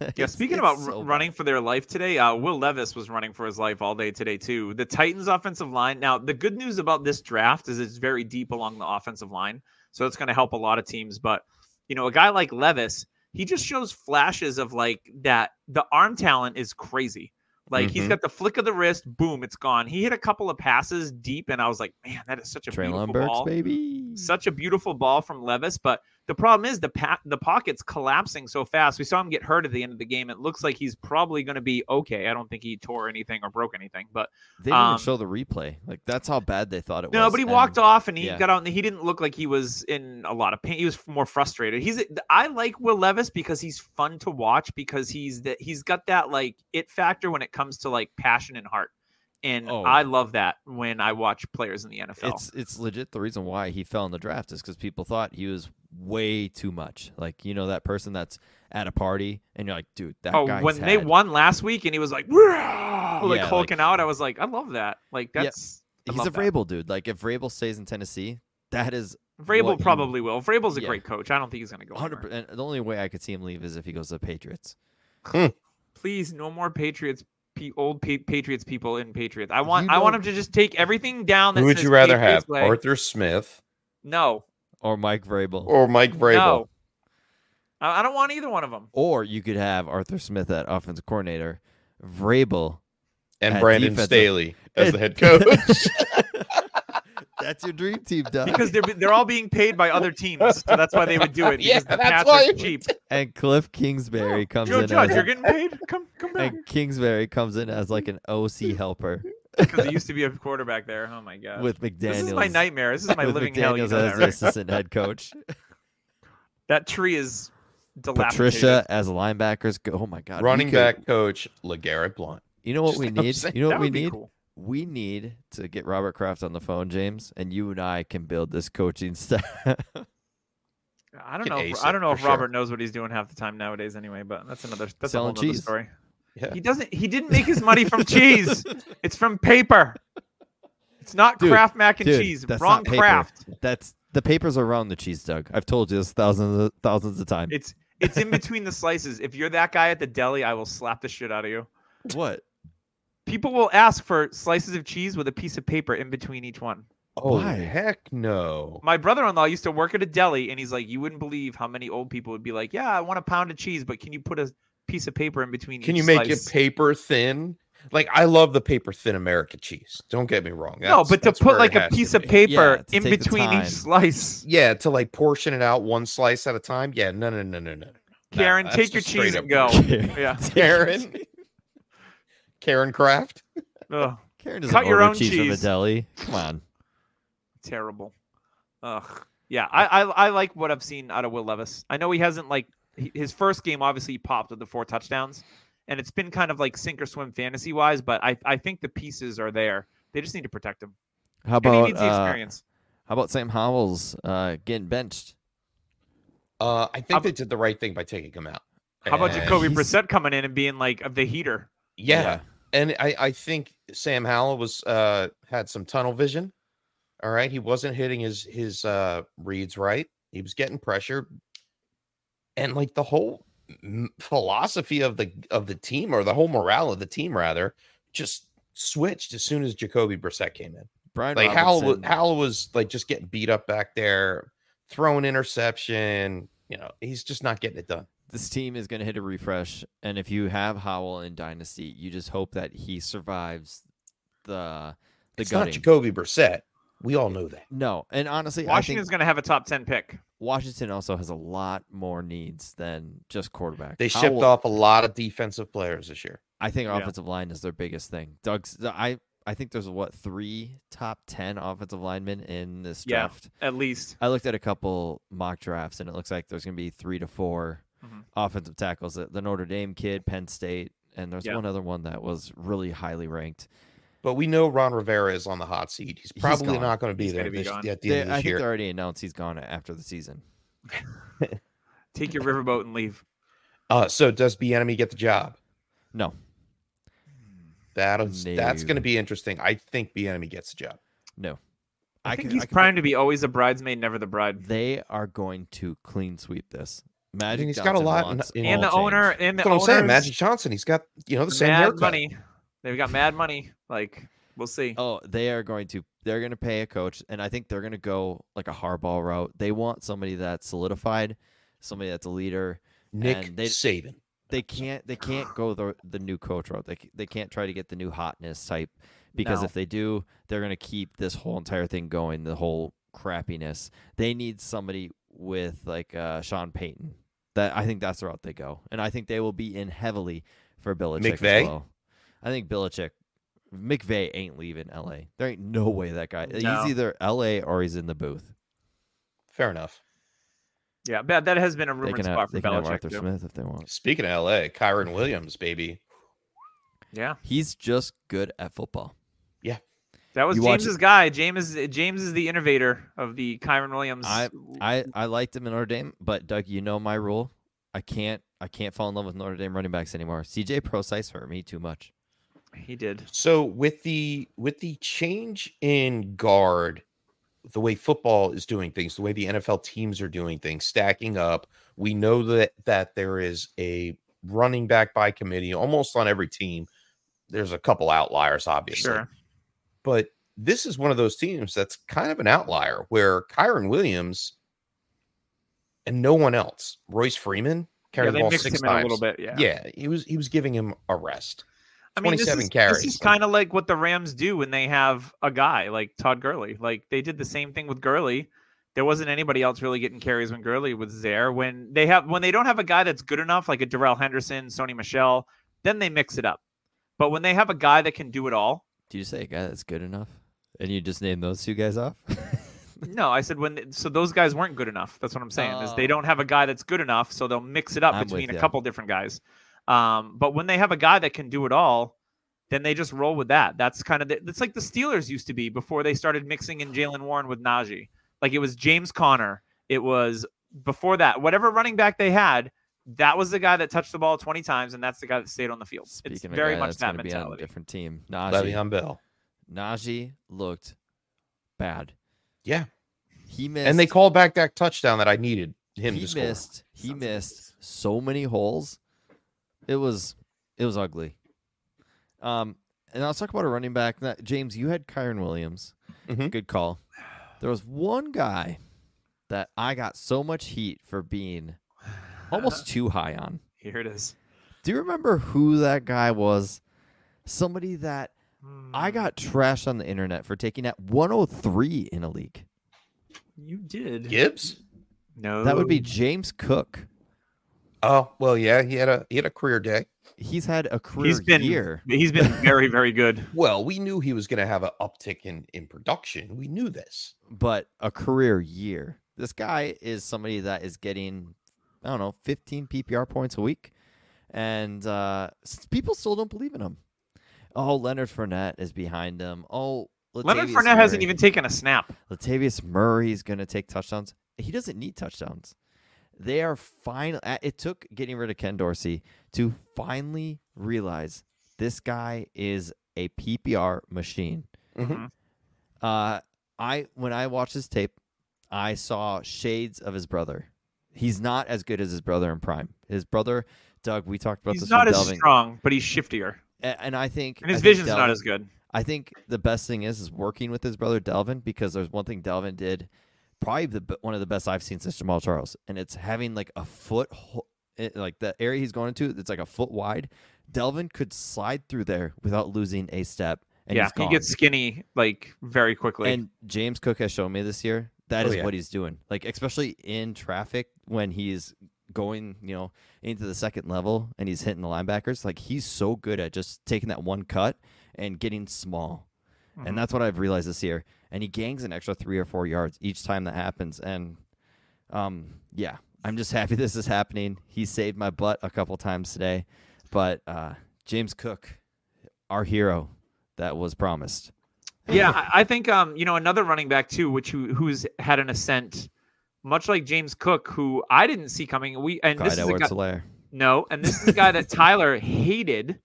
[SPEAKER 1] Yeah,
[SPEAKER 2] It's-
[SPEAKER 1] speaking
[SPEAKER 2] it's
[SPEAKER 1] about r-
[SPEAKER 2] so bad.
[SPEAKER 1] running for their life today, uh, Will Levis was running for his life all day today too. The Titans' offensive line. Now, the good news about this draft is it's very deep along the offensive line, so it's going to help a lot of teams. But you know, a guy like Levis, he just shows flashes of like that. The arm talent is crazy. Like he's
[SPEAKER 2] Mm-hmm.
[SPEAKER 3] Mhm.
[SPEAKER 1] got the flick of the wrist, boom, it's gone. He hit a couple of passes deep, and I was like, man, that is such a
[SPEAKER 2] Traylon
[SPEAKER 1] beautiful
[SPEAKER 2] Burks,
[SPEAKER 1] ball
[SPEAKER 2] baby.
[SPEAKER 1] such a beautiful ball from Levis, but the problem is the pa- the pocket's collapsing so fast. We saw him get hurt at the end of the game. It looks like he's probably going to be okay. I don't think he tore anything or broke anything, but
[SPEAKER 2] They didn't
[SPEAKER 1] um,
[SPEAKER 2] even show the replay. Like that's how bad they thought it was.
[SPEAKER 1] no. But he walked
[SPEAKER 2] and
[SPEAKER 1] off and he
[SPEAKER 2] yeah.
[SPEAKER 1] got out. And he didn't look like he was in a lot of pain. He was more frustrated. He's I like Will Levis because he's fun to watch because he's that he's got that like it factor when it comes to like passion and heart, and
[SPEAKER 2] Oh.
[SPEAKER 1] I love that when I watch players in the NFL.
[SPEAKER 2] It's it's legit. The reason why he fell in the draft is because people thought he was way too much. Like you know that person that's at a party and you're like, dude, that
[SPEAKER 1] Oh,
[SPEAKER 2] guy's
[SPEAKER 1] when they
[SPEAKER 2] had-
[SPEAKER 1] won last week and he was like, "Rah!" like
[SPEAKER 2] Yeah,
[SPEAKER 1] hulking
[SPEAKER 2] like-
[SPEAKER 1] out, I was like, I love that. Like
[SPEAKER 2] Yeah,
[SPEAKER 1] that's I
[SPEAKER 2] He's
[SPEAKER 1] love
[SPEAKER 2] a Vrabel dude. Like if Vrabel stays in Tennessee, that is
[SPEAKER 1] That. Vrabel
[SPEAKER 2] what you-
[SPEAKER 1] probably will. Vrabel's a
[SPEAKER 2] Yeah.
[SPEAKER 1] great coach. I don't think he's gonna go.
[SPEAKER 2] 100.
[SPEAKER 1] Anywhere.
[SPEAKER 2] percent The only way I could see him leave is if he goes to the Patriots.
[SPEAKER 1] Please, no more Patriots. Pe- old pa- Patriots people in Patriots. I want.
[SPEAKER 2] You
[SPEAKER 1] I want
[SPEAKER 2] don't-
[SPEAKER 1] him to just take everything down. That
[SPEAKER 3] Who would
[SPEAKER 1] says
[SPEAKER 3] you rather
[SPEAKER 1] Patriots
[SPEAKER 3] have,
[SPEAKER 1] way.
[SPEAKER 3] Arthur Smith
[SPEAKER 1] No,
[SPEAKER 2] Or Mike Vrabel.
[SPEAKER 3] or Mike Vrabel?
[SPEAKER 1] no. I I don't want either one of them.
[SPEAKER 2] Or you could have Arthur Smith at offensive coordinator, Vrabel
[SPEAKER 3] and
[SPEAKER 2] At
[SPEAKER 3] Brandon
[SPEAKER 2] defensive-
[SPEAKER 3] Staley as
[SPEAKER 2] and-
[SPEAKER 3] the head coach.
[SPEAKER 2] That's your dream team, Doug.
[SPEAKER 1] Because they're they're all being paid by other teams, so that's why they would do it.
[SPEAKER 3] Yeah,
[SPEAKER 1] because the
[SPEAKER 3] that's
[SPEAKER 1] Pats
[SPEAKER 3] why
[SPEAKER 1] are
[SPEAKER 3] it would
[SPEAKER 1] cheap.
[SPEAKER 2] and Cliff Kingsbury comes
[SPEAKER 1] Joe
[SPEAKER 2] in
[SPEAKER 1] Judge,
[SPEAKER 2] as
[SPEAKER 1] you're getting paid. Come come back.
[SPEAKER 2] and Kingsbury comes in as like an OC helper
[SPEAKER 1] Because he used to be a quarterback there. Oh my god.
[SPEAKER 2] with McDaniels.
[SPEAKER 1] This is my nightmare. This is my
[SPEAKER 2] with
[SPEAKER 1] living hell. You
[SPEAKER 2] McDaniels
[SPEAKER 1] know
[SPEAKER 2] as
[SPEAKER 1] that,
[SPEAKER 2] the
[SPEAKER 1] right?
[SPEAKER 2] assistant head coach.
[SPEAKER 1] that tree is dilapidated.
[SPEAKER 2] Patricia as linebackers. Go, oh my God, we
[SPEAKER 3] Running
[SPEAKER 2] could-
[SPEAKER 3] back coach LeGarrette Blunt.
[SPEAKER 2] You know what
[SPEAKER 3] Just
[SPEAKER 2] we
[SPEAKER 3] like I'm
[SPEAKER 2] need?
[SPEAKER 3] saying,
[SPEAKER 2] You know
[SPEAKER 1] that
[SPEAKER 2] what we
[SPEAKER 1] would be
[SPEAKER 2] need?
[SPEAKER 1] cool.
[SPEAKER 2] We need to get Robert Kraft on the phone, James, and you and I can build this coaching staff.
[SPEAKER 1] I don't
[SPEAKER 3] Can
[SPEAKER 1] know.
[SPEAKER 3] ace
[SPEAKER 1] If, I
[SPEAKER 3] it
[SPEAKER 1] don't know
[SPEAKER 3] for
[SPEAKER 1] if
[SPEAKER 3] sure.
[SPEAKER 1] Robert knows what he's doing half the time nowadays. Anyway, but that's another. That's
[SPEAKER 2] Selling
[SPEAKER 1] a whole nother
[SPEAKER 2] cheese.
[SPEAKER 1] story.
[SPEAKER 3] Yeah.
[SPEAKER 1] He doesn't. He didn't make his money from cheese. It's from paper. It's not
[SPEAKER 2] Dude,
[SPEAKER 1] Kraft mac and
[SPEAKER 2] Dude,
[SPEAKER 1] cheese.
[SPEAKER 2] that's
[SPEAKER 1] Wrong
[SPEAKER 2] not paper.
[SPEAKER 1] Kraft.
[SPEAKER 2] That's the papers around the cheese, Doug. I've told you this thousands of, thousands of times.
[SPEAKER 1] It's it's in between the slices. If you're that guy at the deli, I will slap the shit out of you.
[SPEAKER 2] what?
[SPEAKER 1] People will ask for slices of cheese with a piece of paper in between each one.
[SPEAKER 3] Oh
[SPEAKER 2] Why?
[SPEAKER 3] heck no!
[SPEAKER 1] my brother-in-law used to work at a deli and he's like you wouldn't believe how many old people would be like yeah i want a pound of cheese but can you put a piece of paper in between
[SPEAKER 3] Can
[SPEAKER 1] each
[SPEAKER 3] you make
[SPEAKER 1] slice?"
[SPEAKER 3] it paper thin? Like I love the paper thin America cheese. Don't get me wrong.
[SPEAKER 1] no
[SPEAKER 3] That's-
[SPEAKER 1] but to
[SPEAKER 3] that's
[SPEAKER 1] put
[SPEAKER 3] where it
[SPEAKER 1] like a
[SPEAKER 3] has to
[SPEAKER 1] piece of
[SPEAKER 3] be.
[SPEAKER 2] Yeah,
[SPEAKER 1] paper
[SPEAKER 2] to
[SPEAKER 1] in
[SPEAKER 2] take the
[SPEAKER 1] between
[SPEAKER 2] time.
[SPEAKER 1] each slice
[SPEAKER 3] Yeah, to like portion it out one slice at a time. Yeah, no, no, no, no, no.
[SPEAKER 1] Karen,
[SPEAKER 3] that's
[SPEAKER 1] take your
[SPEAKER 3] just straight
[SPEAKER 1] cheese
[SPEAKER 3] up
[SPEAKER 1] and go.
[SPEAKER 2] Karen.
[SPEAKER 1] yeah
[SPEAKER 3] Karen, Karen Kraft.
[SPEAKER 1] Ugh,
[SPEAKER 2] Karen doesn't
[SPEAKER 1] Cut your
[SPEAKER 2] order
[SPEAKER 1] own
[SPEAKER 2] cheese from a
[SPEAKER 1] cheese.
[SPEAKER 2] deli. Come on.
[SPEAKER 1] terrible ugh yeah I, I i like what i've seen out of will levis i know he hasn't like he- his first game obviously he popped with the four touchdowns and it's been kind of like sink or swim fantasy wise but i i think the pieces are there they just need to protect him
[SPEAKER 2] How
[SPEAKER 1] and he
[SPEAKER 2] about
[SPEAKER 1] needs the
[SPEAKER 2] uh,
[SPEAKER 1] experience
[SPEAKER 2] how about Sam Howell's uh, getting benched?
[SPEAKER 3] Uh, I think
[SPEAKER 1] I'm-
[SPEAKER 3] they did the right thing by taking him out.
[SPEAKER 1] How about
[SPEAKER 3] And-
[SPEAKER 1] Jacoby
[SPEAKER 2] he's-
[SPEAKER 1] Brissett coming in and being like of the heater?
[SPEAKER 3] Yeah.
[SPEAKER 2] Yeah.
[SPEAKER 3] And I, I think Sam Howell was uh had some tunnel vision. All right. He wasn't hitting his his uh reads right. He was getting pressure. And like the whole m- philosophy of the of the team or the whole morale of the team rather just switched as soon as Jacoby Brissett came in.
[SPEAKER 2] Brian
[SPEAKER 3] Like Howell was,
[SPEAKER 2] Robertson.
[SPEAKER 3] Howell was like just getting beat up back there, throwing interception. You know, he's just not getting it done.
[SPEAKER 2] this team is going to hit a refresh, and if you have Howell in Dynasty, you just hope that he survives the the
[SPEAKER 3] it's not
[SPEAKER 2] gutting.
[SPEAKER 3] Jacoby Brissett. We all know that.
[SPEAKER 2] no, and honestly,
[SPEAKER 1] Washington's
[SPEAKER 2] I think
[SPEAKER 1] going to have a top 10 pick.
[SPEAKER 2] Washington also has a lot more needs than just quarterback.
[SPEAKER 3] They shipped
[SPEAKER 2] Howell-
[SPEAKER 3] off a lot of defensive players this year.
[SPEAKER 2] I think
[SPEAKER 1] Yeah.
[SPEAKER 2] offensive line is their biggest thing. Doug's I I think there's what three top ten offensive linemen in this
[SPEAKER 1] Yeah.
[SPEAKER 2] draft.
[SPEAKER 1] At least
[SPEAKER 2] I looked at a couple mock drafts, and it looks like there's going to be three to 4
[SPEAKER 1] Mhm.
[SPEAKER 2] offensive tackles. The, the Notre Dame kid, Penn State, and there's
[SPEAKER 1] Yeah.
[SPEAKER 2] one other one that was really highly ranked.
[SPEAKER 3] But we know Ron Rivera is on the hot seat. He's
[SPEAKER 2] He's
[SPEAKER 3] probably
[SPEAKER 2] gone.
[SPEAKER 3] not going to be
[SPEAKER 1] He's
[SPEAKER 3] there
[SPEAKER 1] gonna be
[SPEAKER 3] this,
[SPEAKER 1] gone.
[SPEAKER 3] at the
[SPEAKER 2] They,
[SPEAKER 3] end
[SPEAKER 2] I
[SPEAKER 3] of this
[SPEAKER 2] think they
[SPEAKER 3] year.
[SPEAKER 2] already announced he's gone after the season.
[SPEAKER 1] take your riverboat and leave.
[SPEAKER 3] Uh, so does enemy get the job?
[SPEAKER 2] No,
[SPEAKER 3] That'll that's
[SPEAKER 2] No.
[SPEAKER 3] going to be interesting. I think enemy gets the job.
[SPEAKER 2] no.
[SPEAKER 1] I, think
[SPEAKER 2] can-
[SPEAKER 1] he's
[SPEAKER 2] can put-
[SPEAKER 1] primed to be always a bridesmaid, never the bride.
[SPEAKER 2] They are going to clean sweep this. Magic
[SPEAKER 3] he's got a
[SPEAKER 2] Johnson
[SPEAKER 3] lot in-
[SPEAKER 2] wants
[SPEAKER 3] in-
[SPEAKER 1] And
[SPEAKER 2] all
[SPEAKER 1] the
[SPEAKER 2] change.
[SPEAKER 1] owner and the
[SPEAKER 3] That's what I'm saying.
[SPEAKER 1] owner's
[SPEAKER 3] Magic Johnson. He's got you know the same
[SPEAKER 1] mad
[SPEAKER 3] haircut.
[SPEAKER 1] money. They've got mad money. Like, we'll see.
[SPEAKER 2] Oh, they are going to they're going to pay a coach, and I think they're going to go like a hardball route. They want somebody that's solidified, somebody that's a leader.
[SPEAKER 3] Nick
[SPEAKER 2] they-
[SPEAKER 3] Saban.
[SPEAKER 2] they can't they can't go the the new coach route. They c- they can't try to get the new hotness type because
[SPEAKER 1] No.
[SPEAKER 2] if they do, they're gonna keep this whole entire thing going. The whole crappiness. They need somebody with like uh, Sean Payton. That I think that's the route they go, and I think they will be in heavily for Belichick
[SPEAKER 3] McVay?
[SPEAKER 2] as well. I think Belichick. McVay ain't leaving L.A. There ain't no way that guy.
[SPEAKER 1] No.
[SPEAKER 2] He's either L.A. or he's in the booth.
[SPEAKER 3] Fair enough.
[SPEAKER 1] Yeah, that, that has been a
[SPEAKER 2] They
[SPEAKER 1] rumored
[SPEAKER 2] can
[SPEAKER 1] spot
[SPEAKER 2] have,
[SPEAKER 1] for
[SPEAKER 2] they can have
[SPEAKER 1] Belichick.
[SPEAKER 2] Arthur
[SPEAKER 1] too.
[SPEAKER 2] Smith if they want.
[SPEAKER 3] Speaking of LA, Kyron Williams, baby.
[SPEAKER 1] Yeah,
[SPEAKER 2] He's just good at football.
[SPEAKER 1] that was
[SPEAKER 2] You watch
[SPEAKER 1] James's guy. James is James is the innovator of the Kyron Williams.
[SPEAKER 2] I, I liked him in Notre Dame, but Doug, you know my rule. I can't I can't fall in love with Notre Dame running backs anymore. CJ Procyse hurt me too much.
[SPEAKER 1] he did.
[SPEAKER 3] So with the with the change in guard, the way football is doing things, the way the NFL teams are doing things, stacking up, we know that that there is a running back by committee almost on every team. There's a couple outliers, obviously.
[SPEAKER 1] Sure.
[SPEAKER 3] but this is one of those teams that's kind of an outlier where Kyron Williams and no one else, Royce Freeman
[SPEAKER 1] Yeah,
[SPEAKER 3] carried the
[SPEAKER 1] they
[SPEAKER 3] ball
[SPEAKER 1] mixed
[SPEAKER 3] six
[SPEAKER 1] him
[SPEAKER 3] times.
[SPEAKER 1] in a little bit. Yeah.
[SPEAKER 3] Yeah, he was he was giving him a rest.
[SPEAKER 1] I mean, this
[SPEAKER 3] 27
[SPEAKER 1] is,
[SPEAKER 3] carries.
[SPEAKER 1] This is kind of like what the Rams do when they have a guy like Todd Gurley. Like they did the same thing with Gurley. There wasn't anybody else really getting carries when Gurley was there. When they have when they don't have a guy that's good enough, like a Darrell Henderson, Sony Michelle, then they mix it up. But when they have a guy that can do it all,
[SPEAKER 2] Do you say a guy that's good enough? And you just name those two guys off?
[SPEAKER 1] no, I said when so those guys weren't good enough. That's what I'm saying is they
[SPEAKER 2] Oh.
[SPEAKER 1] don't have a guy that's good enough, so they'll mix it up
[SPEAKER 2] I'm with
[SPEAKER 1] between a
[SPEAKER 2] ya.
[SPEAKER 1] couple different guys. Um, but when they have a guy that can do it all, then they just roll with that. That's kind of the, that's like the Steelers used to be before they started mixing in Jalen Warren with Najee. Like it was James Conner. It was before that whatever running back they had. That was the guy that touched the ball 20 times, and that's the guy that stayed on the field.
[SPEAKER 2] Speaking
[SPEAKER 1] it's
[SPEAKER 2] of
[SPEAKER 1] very
[SPEAKER 2] guy
[SPEAKER 1] much
[SPEAKER 2] that's
[SPEAKER 1] that
[SPEAKER 2] gonna be on a
[SPEAKER 1] mentality.
[SPEAKER 2] different team. Najee,
[SPEAKER 3] Le'Veon Bell.
[SPEAKER 2] Najee looked bad.
[SPEAKER 3] Yeah.
[SPEAKER 2] He missed
[SPEAKER 3] And they called back that touchdown that I needed him
[SPEAKER 2] he
[SPEAKER 3] to score.
[SPEAKER 2] missed he
[SPEAKER 1] Sons of
[SPEAKER 2] missed so many holes. It was it was ugly. Um and let's talk about a running back. That, James, you had Kyron Williams.
[SPEAKER 3] Mhm.
[SPEAKER 2] Good call. There was one guy that I got so much heat for being almost too high on.
[SPEAKER 1] Here it is.
[SPEAKER 2] Do you remember who that guy was? Somebody that I
[SPEAKER 1] Hmm.
[SPEAKER 2] got trashed on the internet for taking at 103 in a league.
[SPEAKER 1] You did.
[SPEAKER 3] Gibbs?
[SPEAKER 1] No.
[SPEAKER 2] That would be James Cook.
[SPEAKER 3] Oh, well, yeah, he had a he had a career day.
[SPEAKER 2] He's had a career
[SPEAKER 1] He's been
[SPEAKER 2] year.
[SPEAKER 1] he's been very very good.
[SPEAKER 3] Well, we knew he was gonna have an uptick in in production. We knew this.
[SPEAKER 2] but a career year. This guy is somebody that is getting, I don't know, 15 PPR points a week, and uh, s- people still don't believe in him. Oh, Leonard Fournette is behind him. Oh, Latavius
[SPEAKER 1] Leonard Fournette hasn't
[SPEAKER 2] Murray-
[SPEAKER 1] even taken a snap.
[SPEAKER 2] Latavius Murray is going to take touchdowns. He doesn't need touchdowns. They are final. It took getting rid of Ken Dorsey to finally realize this guy is a PPR machine.
[SPEAKER 1] Mm-hmm.
[SPEAKER 3] Mhm.
[SPEAKER 2] Uh, I when I watched his tape, I saw shades of his brother. He's not as good as his brother in prime. His brother, Doug, we talked about
[SPEAKER 1] He's
[SPEAKER 2] this.
[SPEAKER 1] not
[SPEAKER 2] with
[SPEAKER 1] as
[SPEAKER 2] Delvin,
[SPEAKER 1] strong, but he's shiftier,
[SPEAKER 2] a- and I think
[SPEAKER 1] and his
[SPEAKER 2] I think
[SPEAKER 1] vision's
[SPEAKER 2] Delvin-
[SPEAKER 1] not as good.
[SPEAKER 2] I think the best thing is is working with his brother Delvin because there's one thing Delvin did, probably the b- one of the best I've seen since Jamal Charles, and it's having like a foot, ho- it- like the area he's going into, it's like a foot wide. Delvin could slide through there without losing a step, and
[SPEAKER 1] yeah,
[SPEAKER 2] he's
[SPEAKER 1] he
[SPEAKER 2] gone.
[SPEAKER 1] gets skinny like very quickly.
[SPEAKER 2] And James Cook has shown me this year that
[SPEAKER 3] Oh,
[SPEAKER 2] is
[SPEAKER 3] yeah.
[SPEAKER 2] what he's doing. Like especially in traffic when he's going, you know, into the second level and he's hitting the linebackers. Like he's so good at just taking that one cut and getting small.
[SPEAKER 1] Mhm.
[SPEAKER 2] And that's what I've realized this year. And he gangs an extra three or four yards each time that happens. And um, yeah, I'm just happy this is happening. He saved my butt a couple times today, but uh, James Cook, our hero, that was promised.
[SPEAKER 1] yeah, I, I think um, you know another running back too, which who, who's had an ascent, much like James Cook, who I didn't see coming. We and
[SPEAKER 2] Clyde
[SPEAKER 1] this is a guy,
[SPEAKER 2] Edwards-Helaire.
[SPEAKER 1] no, and this is a guy that Tyler hated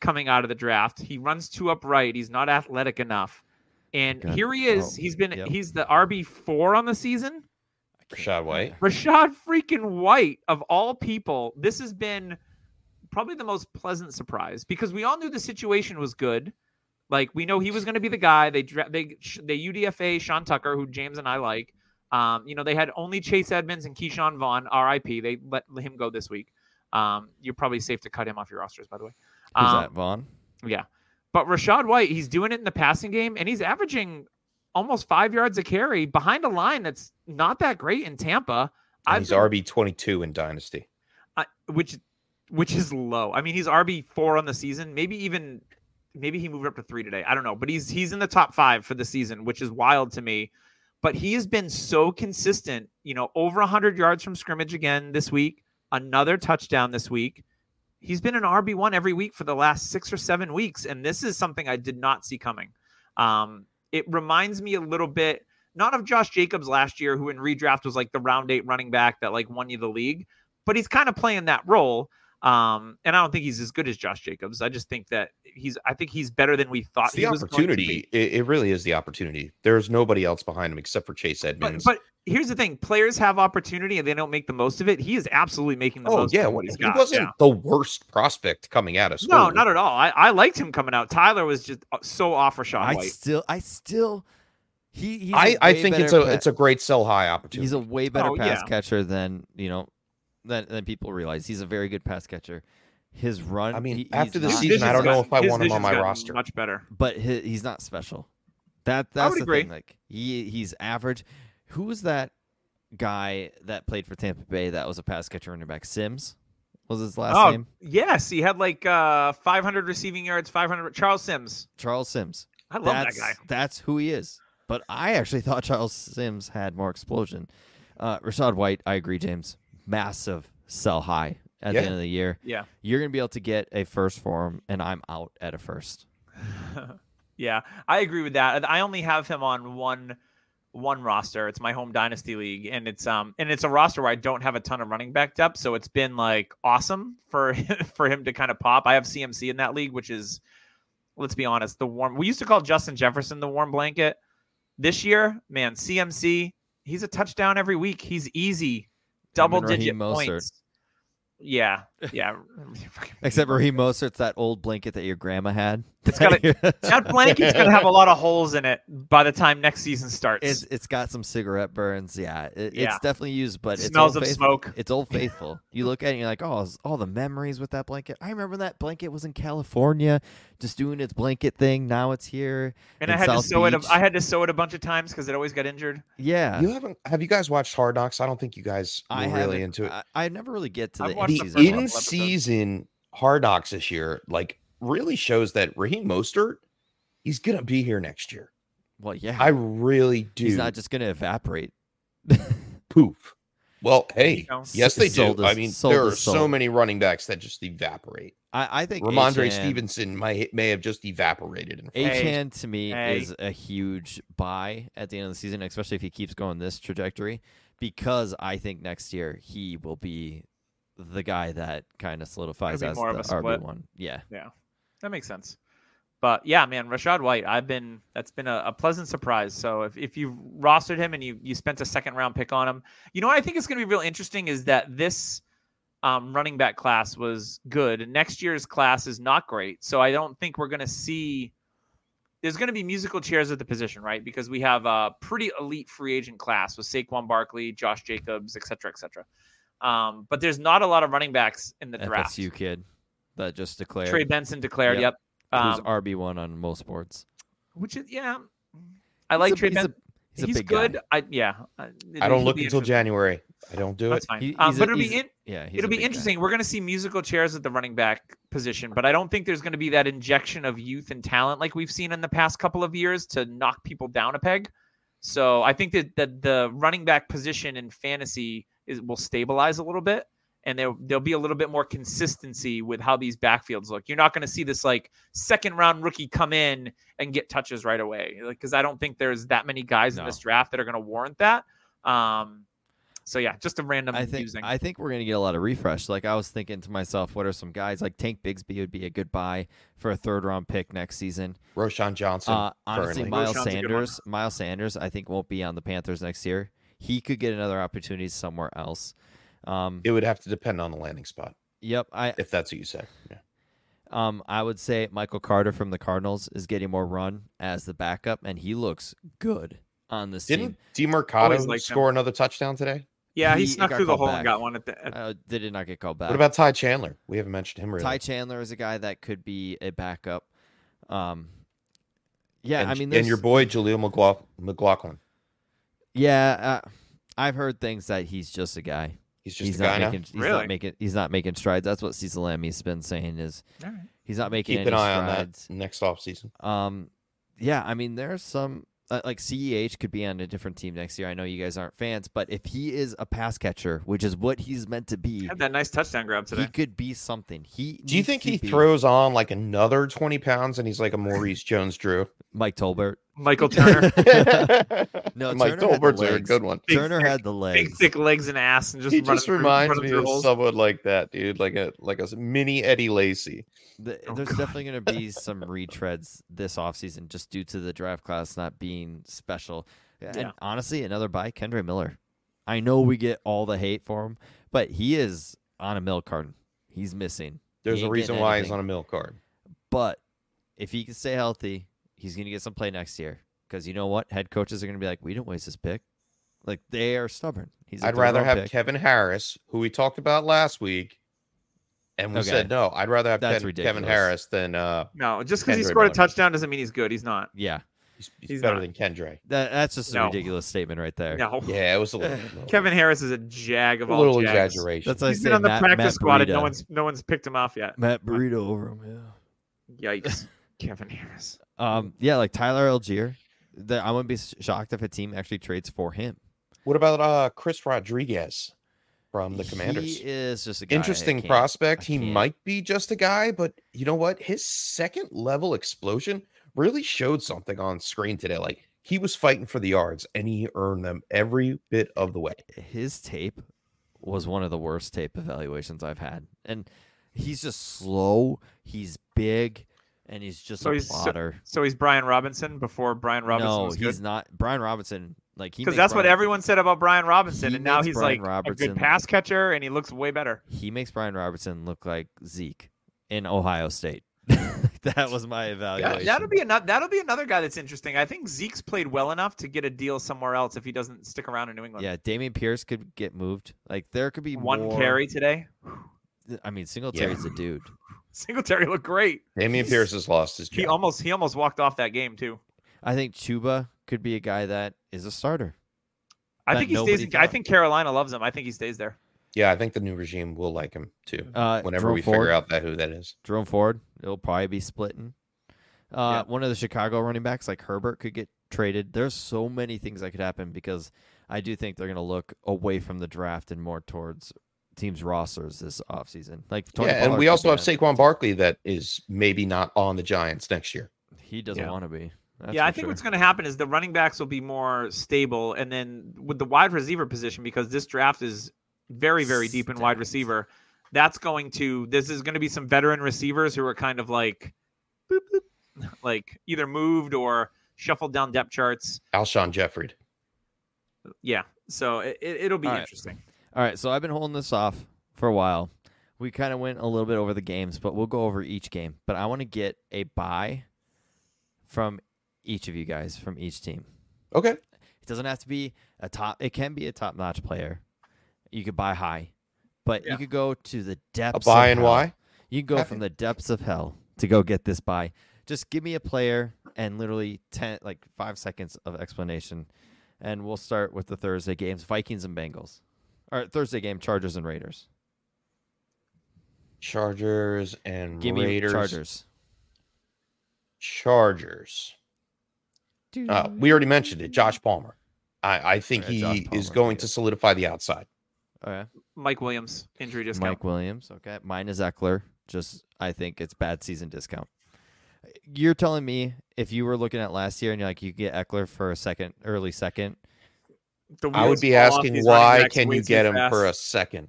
[SPEAKER 1] coming out of the draft. He runs too upright. He's not athletic enough, and
[SPEAKER 2] God.
[SPEAKER 1] here he is.
[SPEAKER 2] Oh,
[SPEAKER 1] he's been
[SPEAKER 2] yep.
[SPEAKER 1] he's the RB four on the season.
[SPEAKER 3] Rashad White.
[SPEAKER 1] Rashad freaking White, of all people, this has been probably the most pleasant surprise because we all knew the situation was good. Like we know he was going to be the guy. They dra- they sh- they UDFA Sean Tucker, who James and I like. Um, you know, they had only Chase Edmonds and Keyshawn Vaughn, RIP. They let him go this week. Um, you're probably safe to cut him off your rosters, by the way.
[SPEAKER 2] Who's
[SPEAKER 1] Um,
[SPEAKER 2] that, Vaughn?
[SPEAKER 1] Yeah. But Rashad White, he's doing it in the passing game and he's averaging almost five yards a carry behind a line that's not that great in Tampa.
[SPEAKER 3] And
[SPEAKER 1] I've
[SPEAKER 3] he's
[SPEAKER 1] been-
[SPEAKER 3] RB twenty two in Dynasty.
[SPEAKER 1] I- which which is low. I mean, he's RB four on the season, maybe even maybe he moved up to three today. I don't know, but he's he's in the top five for the season, which is wild to me. But he has been so consistent, you know, over 100 yards from scrimmage again this week, another touchdown this week. He's been an RB1 every week for the last six or seven weeks. And this is something I did not see coming. Um, it reminds me a little bit, not of Josh Jacobs last year, who in redraft was like the round eight running back that like won you the league, but he's kind of playing that role. Um, and I don't think he's as good as Josh Jacobs. I just think that he's, I think he's better than we thought.
[SPEAKER 3] It's the
[SPEAKER 1] he was going to be.
[SPEAKER 3] opportunity. It, it really is the opportunity. There's nobody else behind him except for Chase
[SPEAKER 1] But,
[SPEAKER 3] Edmonds.
[SPEAKER 1] but here's the thing: players have opportunity and they don't make the most of it. He is absolutely making the
[SPEAKER 3] oh
[SPEAKER 1] most.
[SPEAKER 3] yeah,
[SPEAKER 1] of
[SPEAKER 3] what,
[SPEAKER 1] what he's
[SPEAKER 3] he
[SPEAKER 1] got.
[SPEAKER 3] wasn't
[SPEAKER 1] yeah.
[SPEAKER 3] the worst prospect coming out of school.
[SPEAKER 1] No, not at all. I, I liked him coming out. Tyler was just uh, so off Rashad
[SPEAKER 2] I
[SPEAKER 1] White.
[SPEAKER 2] still, I still, he. He's
[SPEAKER 3] I, I think it's a it's
[SPEAKER 2] it's a.
[SPEAKER 3] a great sell high opportunity.
[SPEAKER 2] He's a way better
[SPEAKER 1] Oh,
[SPEAKER 2] pass
[SPEAKER 1] yeah.
[SPEAKER 2] catcher than you know than than people realize. He's a very good pass catcher. His run,
[SPEAKER 3] I mean,
[SPEAKER 2] he-
[SPEAKER 3] after
[SPEAKER 2] he's
[SPEAKER 3] the
[SPEAKER 1] His
[SPEAKER 2] not-
[SPEAKER 3] season, I don't
[SPEAKER 1] vision's
[SPEAKER 3] know
[SPEAKER 1] gotten-
[SPEAKER 3] if I
[SPEAKER 1] his
[SPEAKER 3] want him
[SPEAKER 1] vision's
[SPEAKER 3] on my
[SPEAKER 1] gotten
[SPEAKER 3] roster.
[SPEAKER 1] Much better.
[SPEAKER 2] but he, he's not special. That that's
[SPEAKER 1] would
[SPEAKER 2] the
[SPEAKER 1] agree.
[SPEAKER 2] thing. Like he he's average. Who was that guy that played for Tampa Bay that was a pass catcher running back? Sims was his last
[SPEAKER 1] oh
[SPEAKER 2] name.
[SPEAKER 1] yes, he had like uh, 500 receiving yards, 500. Charles Sims.
[SPEAKER 2] Charles Sims.
[SPEAKER 1] I love
[SPEAKER 2] that's
[SPEAKER 1] that guy.
[SPEAKER 2] that's who he is. But I actually thought Charles Sims had more explosion. Uh, Rashad White, I agree, James. Massive sell high at
[SPEAKER 3] Yeah.
[SPEAKER 2] the end of the year.
[SPEAKER 1] Yeah.
[SPEAKER 2] you're gonna be able to get a first for him, and I'm out at a first.
[SPEAKER 1] yeah, I agree with that. I only have him on one one roster. It's my home dynasty league, and it's um and it's a roster where I don't have a ton of running back depth, so it's been like awesome for for him to kind of pop. I have CMC in that league, which is let's be honest, the warm. We used to call Justin Jefferson the warm blanket. This year, man, CMC, he's a touchdown every week. He's easy, double digit
[SPEAKER 2] Raheem Mostert.
[SPEAKER 1] points. Yeah, yeah. Fucking-
[SPEAKER 2] Except Raheem Mostert's that old blanket that your grandma had.
[SPEAKER 1] It's got that blanket's gonna have a lot of holes in it by the time next season starts.
[SPEAKER 2] it's, it's got some cigarette burns. Yeah, it,
[SPEAKER 1] Yeah.
[SPEAKER 2] it's definitely used, but
[SPEAKER 1] it
[SPEAKER 2] it's
[SPEAKER 1] smells
[SPEAKER 2] old
[SPEAKER 1] of
[SPEAKER 2] faithful.
[SPEAKER 1] smoke.
[SPEAKER 2] It's old faithful. You look at it and you're like, oh, it's all the memories with that blanket. I remember that blanket was in California, just doing its blanket thing. Now it's here.
[SPEAKER 1] And I
[SPEAKER 2] in
[SPEAKER 1] had
[SPEAKER 2] South
[SPEAKER 1] to sew it.
[SPEAKER 2] Beach.
[SPEAKER 1] A, I had to sew it a bunch of times because it always got injured.
[SPEAKER 2] Yeah,
[SPEAKER 3] You haven't have you guys watched Hard Knocks? I don't think you guys were
[SPEAKER 2] I
[SPEAKER 3] really
[SPEAKER 2] haven't-
[SPEAKER 3] into it.
[SPEAKER 2] I, I never really get to
[SPEAKER 1] I've
[SPEAKER 2] the
[SPEAKER 1] watched
[SPEAKER 2] end
[SPEAKER 1] the
[SPEAKER 3] the
[SPEAKER 1] first
[SPEAKER 2] season.
[SPEAKER 3] in
[SPEAKER 1] couple episodes.
[SPEAKER 3] season Hard Knocks this year, like, really shows that Raheem Mostert, he's gonna be here next year.
[SPEAKER 2] Well, yeah,
[SPEAKER 3] I really do.
[SPEAKER 2] he's not just gonna evaporate.
[SPEAKER 3] poop. Well,
[SPEAKER 1] You
[SPEAKER 3] hey,
[SPEAKER 1] know?
[SPEAKER 3] yes, they
[SPEAKER 2] Sold
[SPEAKER 3] do.
[SPEAKER 2] his-
[SPEAKER 3] I mean,
[SPEAKER 2] sold
[SPEAKER 3] there are
[SPEAKER 2] his
[SPEAKER 3] so
[SPEAKER 2] soul.
[SPEAKER 3] many running backs that just evaporate.
[SPEAKER 2] I, I think
[SPEAKER 3] Ramondre
[SPEAKER 2] H-Han-
[SPEAKER 3] Stevenson may may have just evaporated. In front of
[SPEAKER 1] Hey.
[SPEAKER 2] Achan to me
[SPEAKER 1] Hey.
[SPEAKER 2] is a huge buy at the end of the season, especially if he keeps going this trajectory, because I think next year he will be the guy that kind of solidifies
[SPEAKER 1] be
[SPEAKER 2] as
[SPEAKER 1] more of
[SPEAKER 2] the
[SPEAKER 1] a split.
[SPEAKER 2] RB one. Yeah,
[SPEAKER 1] That makes sense. But yeah, man, Rashad White, I've been that's been a, a pleasant surprise. So if, if you've rostered him and you you spent a second round pick on him, you know what I think is gonna be real interesting is that this um, running back class was good. And next year's class is not great. So I don't think we're gonna see there's gonna be musical chairs at the position, right? Because we have a pretty elite free agent class with Saquon Barkley, Josh Jacobs, et cetera, et cetera. Um, but there's not a lot of running backs in the draft.
[SPEAKER 2] FSU kid that just declared
[SPEAKER 1] Trey Benson declared,
[SPEAKER 2] Yep.
[SPEAKER 1] yep.
[SPEAKER 2] who's
[SPEAKER 1] Um,
[SPEAKER 2] RB one on most boards.
[SPEAKER 1] which is yeah. I like
[SPEAKER 2] he's a-
[SPEAKER 1] Trey
[SPEAKER 2] he's a-
[SPEAKER 1] Benson.
[SPEAKER 2] He's,
[SPEAKER 1] He's,
[SPEAKER 2] a big guy.
[SPEAKER 1] good. I yeah. I
[SPEAKER 3] I
[SPEAKER 1] he'll
[SPEAKER 3] don't look
[SPEAKER 1] be
[SPEAKER 3] until
[SPEAKER 1] interesting.
[SPEAKER 3] January. I don't do
[SPEAKER 1] That's
[SPEAKER 3] it.
[SPEAKER 1] fine.
[SPEAKER 2] He-
[SPEAKER 1] um,
[SPEAKER 2] he's
[SPEAKER 1] but
[SPEAKER 2] a-
[SPEAKER 1] it'll be
[SPEAKER 2] he's-
[SPEAKER 1] in,
[SPEAKER 2] Yeah, he's a
[SPEAKER 1] it'll be
[SPEAKER 2] big guy.
[SPEAKER 1] interesting. We're going to see musical chairs at the running back position, but I don't think there's going to be that injection of youth and talent like we've seen in the past couple of years to knock people down a peg. So I think that, that the running back position in fantasy is will stabilize a little bit, and there there'll be a little bit more consistency with how these backfields look. You're not going to see this like second round rookie come in and get touches right away, like because I don't think there's that many guys in
[SPEAKER 2] No.
[SPEAKER 1] this draft that are going to warrant that. Um, so yeah, just a random
[SPEAKER 2] I think
[SPEAKER 1] using.
[SPEAKER 2] I think we're gonna get a lot of refresh. Like I was thinking to myself, what are some guys like Tank Bigsby would be a good buy for a third round pick next season.
[SPEAKER 3] Roshan Johnson.
[SPEAKER 2] Uh, honestly,
[SPEAKER 3] currently.
[SPEAKER 2] Miles
[SPEAKER 1] Roshan's a good one.
[SPEAKER 2] Sanders, Miles Sanders, I think won't be on the Panthers next year. He could get another opportunity somewhere else. Um,
[SPEAKER 3] it would have to depend on the landing spot,
[SPEAKER 2] yep, I
[SPEAKER 3] if that's what you said. Yeah.
[SPEAKER 2] um, I would say Michael Carter from the Cardinals is getting more run as the backup, and he looks good on this
[SPEAKER 3] Didn't
[SPEAKER 2] team.
[SPEAKER 3] Demarcado
[SPEAKER 1] liked him.
[SPEAKER 3] score another touchdown today?
[SPEAKER 1] Yeah, he,
[SPEAKER 2] He
[SPEAKER 1] snuck
[SPEAKER 2] got
[SPEAKER 1] through the
[SPEAKER 2] called
[SPEAKER 1] hole
[SPEAKER 2] back.
[SPEAKER 1] and got one at the. At,
[SPEAKER 2] Uh, they did not get called back.
[SPEAKER 3] What about Ty Chandler? We haven't mentioned him really.
[SPEAKER 2] Ty Chandler is a guy that could be a backup. Um, yeah,
[SPEAKER 3] and,
[SPEAKER 2] I mean,
[SPEAKER 3] and your
[SPEAKER 2] there's-
[SPEAKER 3] boy Jaleel McLaugh- McLaughlin.
[SPEAKER 2] yeah, uh, I've heard things that he's just a guy.
[SPEAKER 3] He's just
[SPEAKER 2] he's
[SPEAKER 3] a
[SPEAKER 2] not
[SPEAKER 3] guy now.
[SPEAKER 2] making. He's
[SPEAKER 1] Really?
[SPEAKER 2] not making. He's not making strides. That's what Cecil Lammy's been saying is
[SPEAKER 1] all right.
[SPEAKER 2] he's not making
[SPEAKER 3] Keep
[SPEAKER 2] any
[SPEAKER 3] an eye on that
[SPEAKER 2] strides.
[SPEAKER 3] next offseason.
[SPEAKER 2] Um, yeah, I mean, there's some uh, like Ceh could be on a different team next year. I know you guys aren't fans, but if he is a pass catcher, which is what he's meant to be,
[SPEAKER 1] Had that nice touchdown grab
[SPEAKER 2] he
[SPEAKER 1] today.
[SPEAKER 2] could be something. He
[SPEAKER 3] Do you
[SPEAKER 2] needs
[SPEAKER 3] think
[SPEAKER 2] to
[SPEAKER 3] he
[SPEAKER 2] be
[SPEAKER 3] throws on like another 20 pounds and he's like a Maurice Jones Drew?
[SPEAKER 2] Mike Tolbert?
[SPEAKER 1] Michael Turner,
[SPEAKER 2] No, Turner
[SPEAKER 3] Mike
[SPEAKER 2] had the
[SPEAKER 3] Tolbert's a
[SPEAKER 2] legs.
[SPEAKER 3] good one.
[SPEAKER 1] Big
[SPEAKER 2] Turner
[SPEAKER 1] thick-
[SPEAKER 2] had the legs.
[SPEAKER 1] big thick legs and ass, and just
[SPEAKER 3] he
[SPEAKER 1] running
[SPEAKER 3] just
[SPEAKER 1] through-
[SPEAKER 3] reminds
[SPEAKER 1] running
[SPEAKER 3] me
[SPEAKER 1] through
[SPEAKER 3] of
[SPEAKER 1] holes.
[SPEAKER 3] someone like that, dude, like a like a mini Eddie Lacy.
[SPEAKER 2] The,
[SPEAKER 1] Oh,
[SPEAKER 2] there's
[SPEAKER 1] God.
[SPEAKER 2] definitely going to be some retreads this offseason just due to the draft class not being special.
[SPEAKER 1] Yeah.
[SPEAKER 2] And honestly, another buy, Kendra Miller. I know we get all the hate for him, but he is on a milk carton. He's missing.
[SPEAKER 3] There's a
[SPEAKER 2] ain't
[SPEAKER 3] reason
[SPEAKER 2] getting
[SPEAKER 3] why he's
[SPEAKER 2] anything.
[SPEAKER 3] on a milk card.
[SPEAKER 2] But if he can stay healthy, he's going to get some play next year. Because you know what? Head coaches are going to be like, we didn't waste this pick. Like, they are stubborn. He's a
[SPEAKER 3] I'd rather
[SPEAKER 2] third-round
[SPEAKER 3] have
[SPEAKER 2] pick.
[SPEAKER 3] Kevin Harris, who we talked about last week, and we
[SPEAKER 2] Okay.
[SPEAKER 3] said no. I'd rather have
[SPEAKER 2] That's
[SPEAKER 3] Ken- Kevin
[SPEAKER 2] ridiculous.
[SPEAKER 3] Harris than uh,
[SPEAKER 1] No, just because he
[SPEAKER 3] Kendra
[SPEAKER 1] scored a
[SPEAKER 3] Miller.
[SPEAKER 1] touchdown doesn't mean he's good. He's not.
[SPEAKER 2] Yeah.
[SPEAKER 3] he's, he's
[SPEAKER 1] He's
[SPEAKER 3] better
[SPEAKER 1] not.
[SPEAKER 3] than Kendra.
[SPEAKER 2] That, that's just
[SPEAKER 1] No.
[SPEAKER 2] a ridiculous statement right there.
[SPEAKER 1] No,
[SPEAKER 3] Yeah, it was a little,
[SPEAKER 1] Kevin Harris is a jag of
[SPEAKER 3] a
[SPEAKER 1] all
[SPEAKER 3] little
[SPEAKER 1] jags.
[SPEAKER 3] exaggeration.
[SPEAKER 2] That's like
[SPEAKER 1] He's
[SPEAKER 2] saying
[SPEAKER 1] been on the
[SPEAKER 2] Matt-
[SPEAKER 1] practice
[SPEAKER 2] Matt
[SPEAKER 1] squad, and no
[SPEAKER 2] Breida.
[SPEAKER 1] one's no one's picked him off yet.
[SPEAKER 2] Matt Burrito over him. Yeah.
[SPEAKER 1] Yikes, Kevin Harris.
[SPEAKER 2] Um, yeah, like Tyler Algier. The, I wouldn't be s- shocked if a team actually trades for him.
[SPEAKER 3] What about uh, Chris Rodriguez from the Commanders?
[SPEAKER 2] He is just a guy I
[SPEAKER 3] Interesting
[SPEAKER 2] can't-
[SPEAKER 3] prospect.
[SPEAKER 2] I
[SPEAKER 3] He
[SPEAKER 2] can't-
[SPEAKER 3] might be just a guy, but you know what? His second level explosion really showed something on screen today. Like he was fighting for the yards and he earned them every bit of the way.
[SPEAKER 2] His tape was one of the worst tape evaluations I've had, and he's just slow. He's big, and he's just
[SPEAKER 1] So
[SPEAKER 2] a
[SPEAKER 1] he's so-
[SPEAKER 2] plotter.
[SPEAKER 1] So he's Brian Robinson before Brian Robinson
[SPEAKER 2] no,
[SPEAKER 1] was
[SPEAKER 2] he's
[SPEAKER 1] good.
[SPEAKER 2] not. Brian Robinson, like he
[SPEAKER 1] Because
[SPEAKER 2] makes
[SPEAKER 1] that's what
[SPEAKER 2] Brian-
[SPEAKER 1] everyone said about Brian Robinson,
[SPEAKER 2] He
[SPEAKER 1] and now
[SPEAKER 2] makes
[SPEAKER 1] he's
[SPEAKER 2] Brian
[SPEAKER 1] like a
[SPEAKER 2] Robertson-
[SPEAKER 1] good pass catcher, and he looks way better.
[SPEAKER 2] He makes Brian Robertson look like Zeke in Ohio State. that was my evaluation.
[SPEAKER 1] That, will be another. That'll be another guy that's interesting. I think Zeke's played well enough to get a deal somewhere else if he doesn't stick around in New England.
[SPEAKER 2] yeah, Damian Pierce could get moved. Like there could be
[SPEAKER 1] one
[SPEAKER 2] more-
[SPEAKER 1] carry today.
[SPEAKER 2] I mean, Singletary's a dude.
[SPEAKER 1] Singletary looked great.
[SPEAKER 3] Damian
[SPEAKER 2] He's-
[SPEAKER 3] Pierce has lost his
[SPEAKER 1] He
[SPEAKER 3] job.
[SPEAKER 1] almost he almost walked off that game too.
[SPEAKER 2] I think Chuba could be a guy that is a starter.
[SPEAKER 1] I
[SPEAKER 2] That
[SPEAKER 1] think he stays.
[SPEAKER 2] nobody
[SPEAKER 1] In, I
[SPEAKER 2] thought.
[SPEAKER 1] think Carolina loves him. I think he stays there.
[SPEAKER 3] yeah, I think the new regime will like him too.
[SPEAKER 2] Uh,
[SPEAKER 3] Whenever
[SPEAKER 2] Jerome
[SPEAKER 3] we
[SPEAKER 2] Ford,
[SPEAKER 3] figure out that who that is.
[SPEAKER 2] Jerome Ford, it'll probably be splitting. Uh, One of the Chicago running backs, like Herbert, could get traded. There's so many things that could happen because I do think they're going to look away from the draft and more towards teams' rosters this offseason. Like Tony
[SPEAKER 3] yeah, and
[SPEAKER 2] Pollard
[SPEAKER 3] we
[SPEAKER 2] could
[SPEAKER 3] also
[SPEAKER 2] be
[SPEAKER 3] have
[SPEAKER 2] that.
[SPEAKER 3] Saquon Barkley that is maybe not on the Giants next year.
[SPEAKER 2] He doesn't
[SPEAKER 1] Yeah.
[SPEAKER 2] want to be. That's
[SPEAKER 1] yeah,
[SPEAKER 2] for
[SPEAKER 1] I think
[SPEAKER 2] sure.
[SPEAKER 1] what's going to happen is the running backs will be more stable, and then with the wide receiver position, because this draft is very, very deep in wide
[SPEAKER 2] Stacked.
[SPEAKER 1] receiver, that's going to this is going to be some veteran receivers who are kind of like, boop, boop, like either moved or shuffled down depth charts.
[SPEAKER 3] Alshon Jeffrey.
[SPEAKER 1] Yeah, so it, it, will be
[SPEAKER 2] All right.
[SPEAKER 1] interesting.
[SPEAKER 2] All right, so I've been holding this off for a while. We kind of went a little bit over the games, but we'll go over each game. But I want to get a buy from each of you guys from each team.
[SPEAKER 3] Okay.
[SPEAKER 2] It doesn't have to be a top. It can be a top-notch player. You could buy high, but
[SPEAKER 1] Yeah.
[SPEAKER 2] you could go to the
[SPEAKER 3] A
[SPEAKER 2] depths.
[SPEAKER 3] buy
[SPEAKER 2] of
[SPEAKER 3] and
[SPEAKER 2] hell.
[SPEAKER 3] why?
[SPEAKER 2] You can go
[SPEAKER 3] Happy?
[SPEAKER 2] from the depths of hell to go get this buy. Just give me a player and literally ten, like five seconds of explanation, and we'll start with the Thursday games: Vikings and Bengals, or Thursday game: Chargers and Raiders.
[SPEAKER 3] Chargers and
[SPEAKER 2] Give me
[SPEAKER 3] Raiders.
[SPEAKER 2] Chargers.
[SPEAKER 3] Chargers. Uh,
[SPEAKER 2] Mm-hmm.
[SPEAKER 3] we already mentioned it. Josh Palmer. I, I think
[SPEAKER 2] Oh, yeah,
[SPEAKER 3] he
[SPEAKER 2] Josh
[SPEAKER 3] is
[SPEAKER 2] Palmer,
[SPEAKER 3] going
[SPEAKER 2] yeah.
[SPEAKER 3] to solidify the outside.
[SPEAKER 2] All right.
[SPEAKER 1] Mike Williams injury discount.
[SPEAKER 2] Oh, Mike Williams. Okay. Mine is Eckler. Just I think it's bad season discount. You're telling me if you were looking at last year and you're like you could get Eckler for a second, early second,
[SPEAKER 1] The
[SPEAKER 3] I
[SPEAKER 1] wheels
[SPEAKER 3] would be
[SPEAKER 1] fall off
[SPEAKER 3] asking
[SPEAKER 1] these running
[SPEAKER 3] why
[SPEAKER 1] backs
[SPEAKER 3] can
[SPEAKER 1] way
[SPEAKER 3] you
[SPEAKER 1] too
[SPEAKER 3] get him for a
[SPEAKER 1] fast.
[SPEAKER 3] second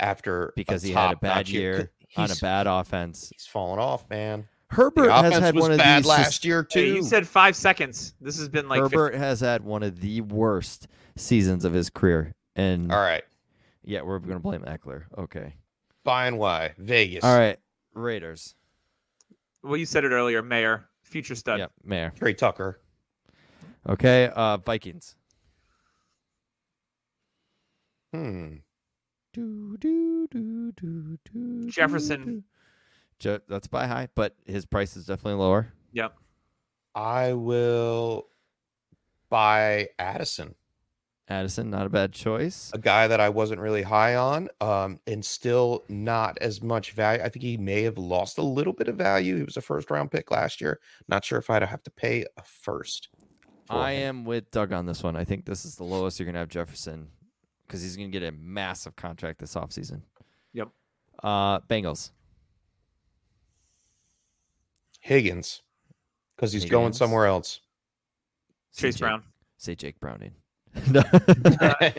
[SPEAKER 3] after
[SPEAKER 2] because he had a bad
[SPEAKER 3] top-notch
[SPEAKER 2] year on a
[SPEAKER 3] He's-
[SPEAKER 2] bad offense.
[SPEAKER 3] He's fallen off, man.
[SPEAKER 2] Herbert
[SPEAKER 3] The
[SPEAKER 2] has
[SPEAKER 3] offense
[SPEAKER 2] had
[SPEAKER 3] was
[SPEAKER 2] one of
[SPEAKER 3] bad
[SPEAKER 2] these
[SPEAKER 3] last
[SPEAKER 2] just-
[SPEAKER 3] year too.
[SPEAKER 1] Hey, you said five seconds. This has been like 50
[SPEAKER 2] Herbert has had one of the worst seasons of his career, and
[SPEAKER 3] All right.
[SPEAKER 2] yeah, we're gonna blame Eckler. Okay.
[SPEAKER 3] Buy and why? Vegas.
[SPEAKER 2] All right. Raiders.
[SPEAKER 1] Well, you said it earlier, Mayor, future stud.
[SPEAKER 2] Yep. Mayor.
[SPEAKER 3] Trey Tucker.
[SPEAKER 2] Okay, uh, Vikings.
[SPEAKER 3] Hmm.
[SPEAKER 2] Do, do, do, do, do, do,
[SPEAKER 1] Jefferson.
[SPEAKER 2] do. Je- that's by high, but his price is definitely lower.
[SPEAKER 1] Yep.
[SPEAKER 3] I will buy Addison,
[SPEAKER 2] Addison, not a bad choice.
[SPEAKER 3] a guy that I wasn't really high on, um, and still not as much value. I think he may have lost a little bit of value. He was a first round pick last year. Not sure if I'd have to pay a first. for
[SPEAKER 2] I
[SPEAKER 3] him.
[SPEAKER 2] am with Doug on this one. I think this is the lowest you're going to have Jefferson because he's going to get a massive contract this offseason.
[SPEAKER 1] Yep.
[SPEAKER 2] Uh, Bengals.
[SPEAKER 3] Higgins because he's going
[SPEAKER 2] Higgins.
[SPEAKER 3] somewhere else.
[SPEAKER 2] Say
[SPEAKER 1] Chase
[SPEAKER 2] Jake-
[SPEAKER 1] Brown.
[SPEAKER 2] Say Jake Browning.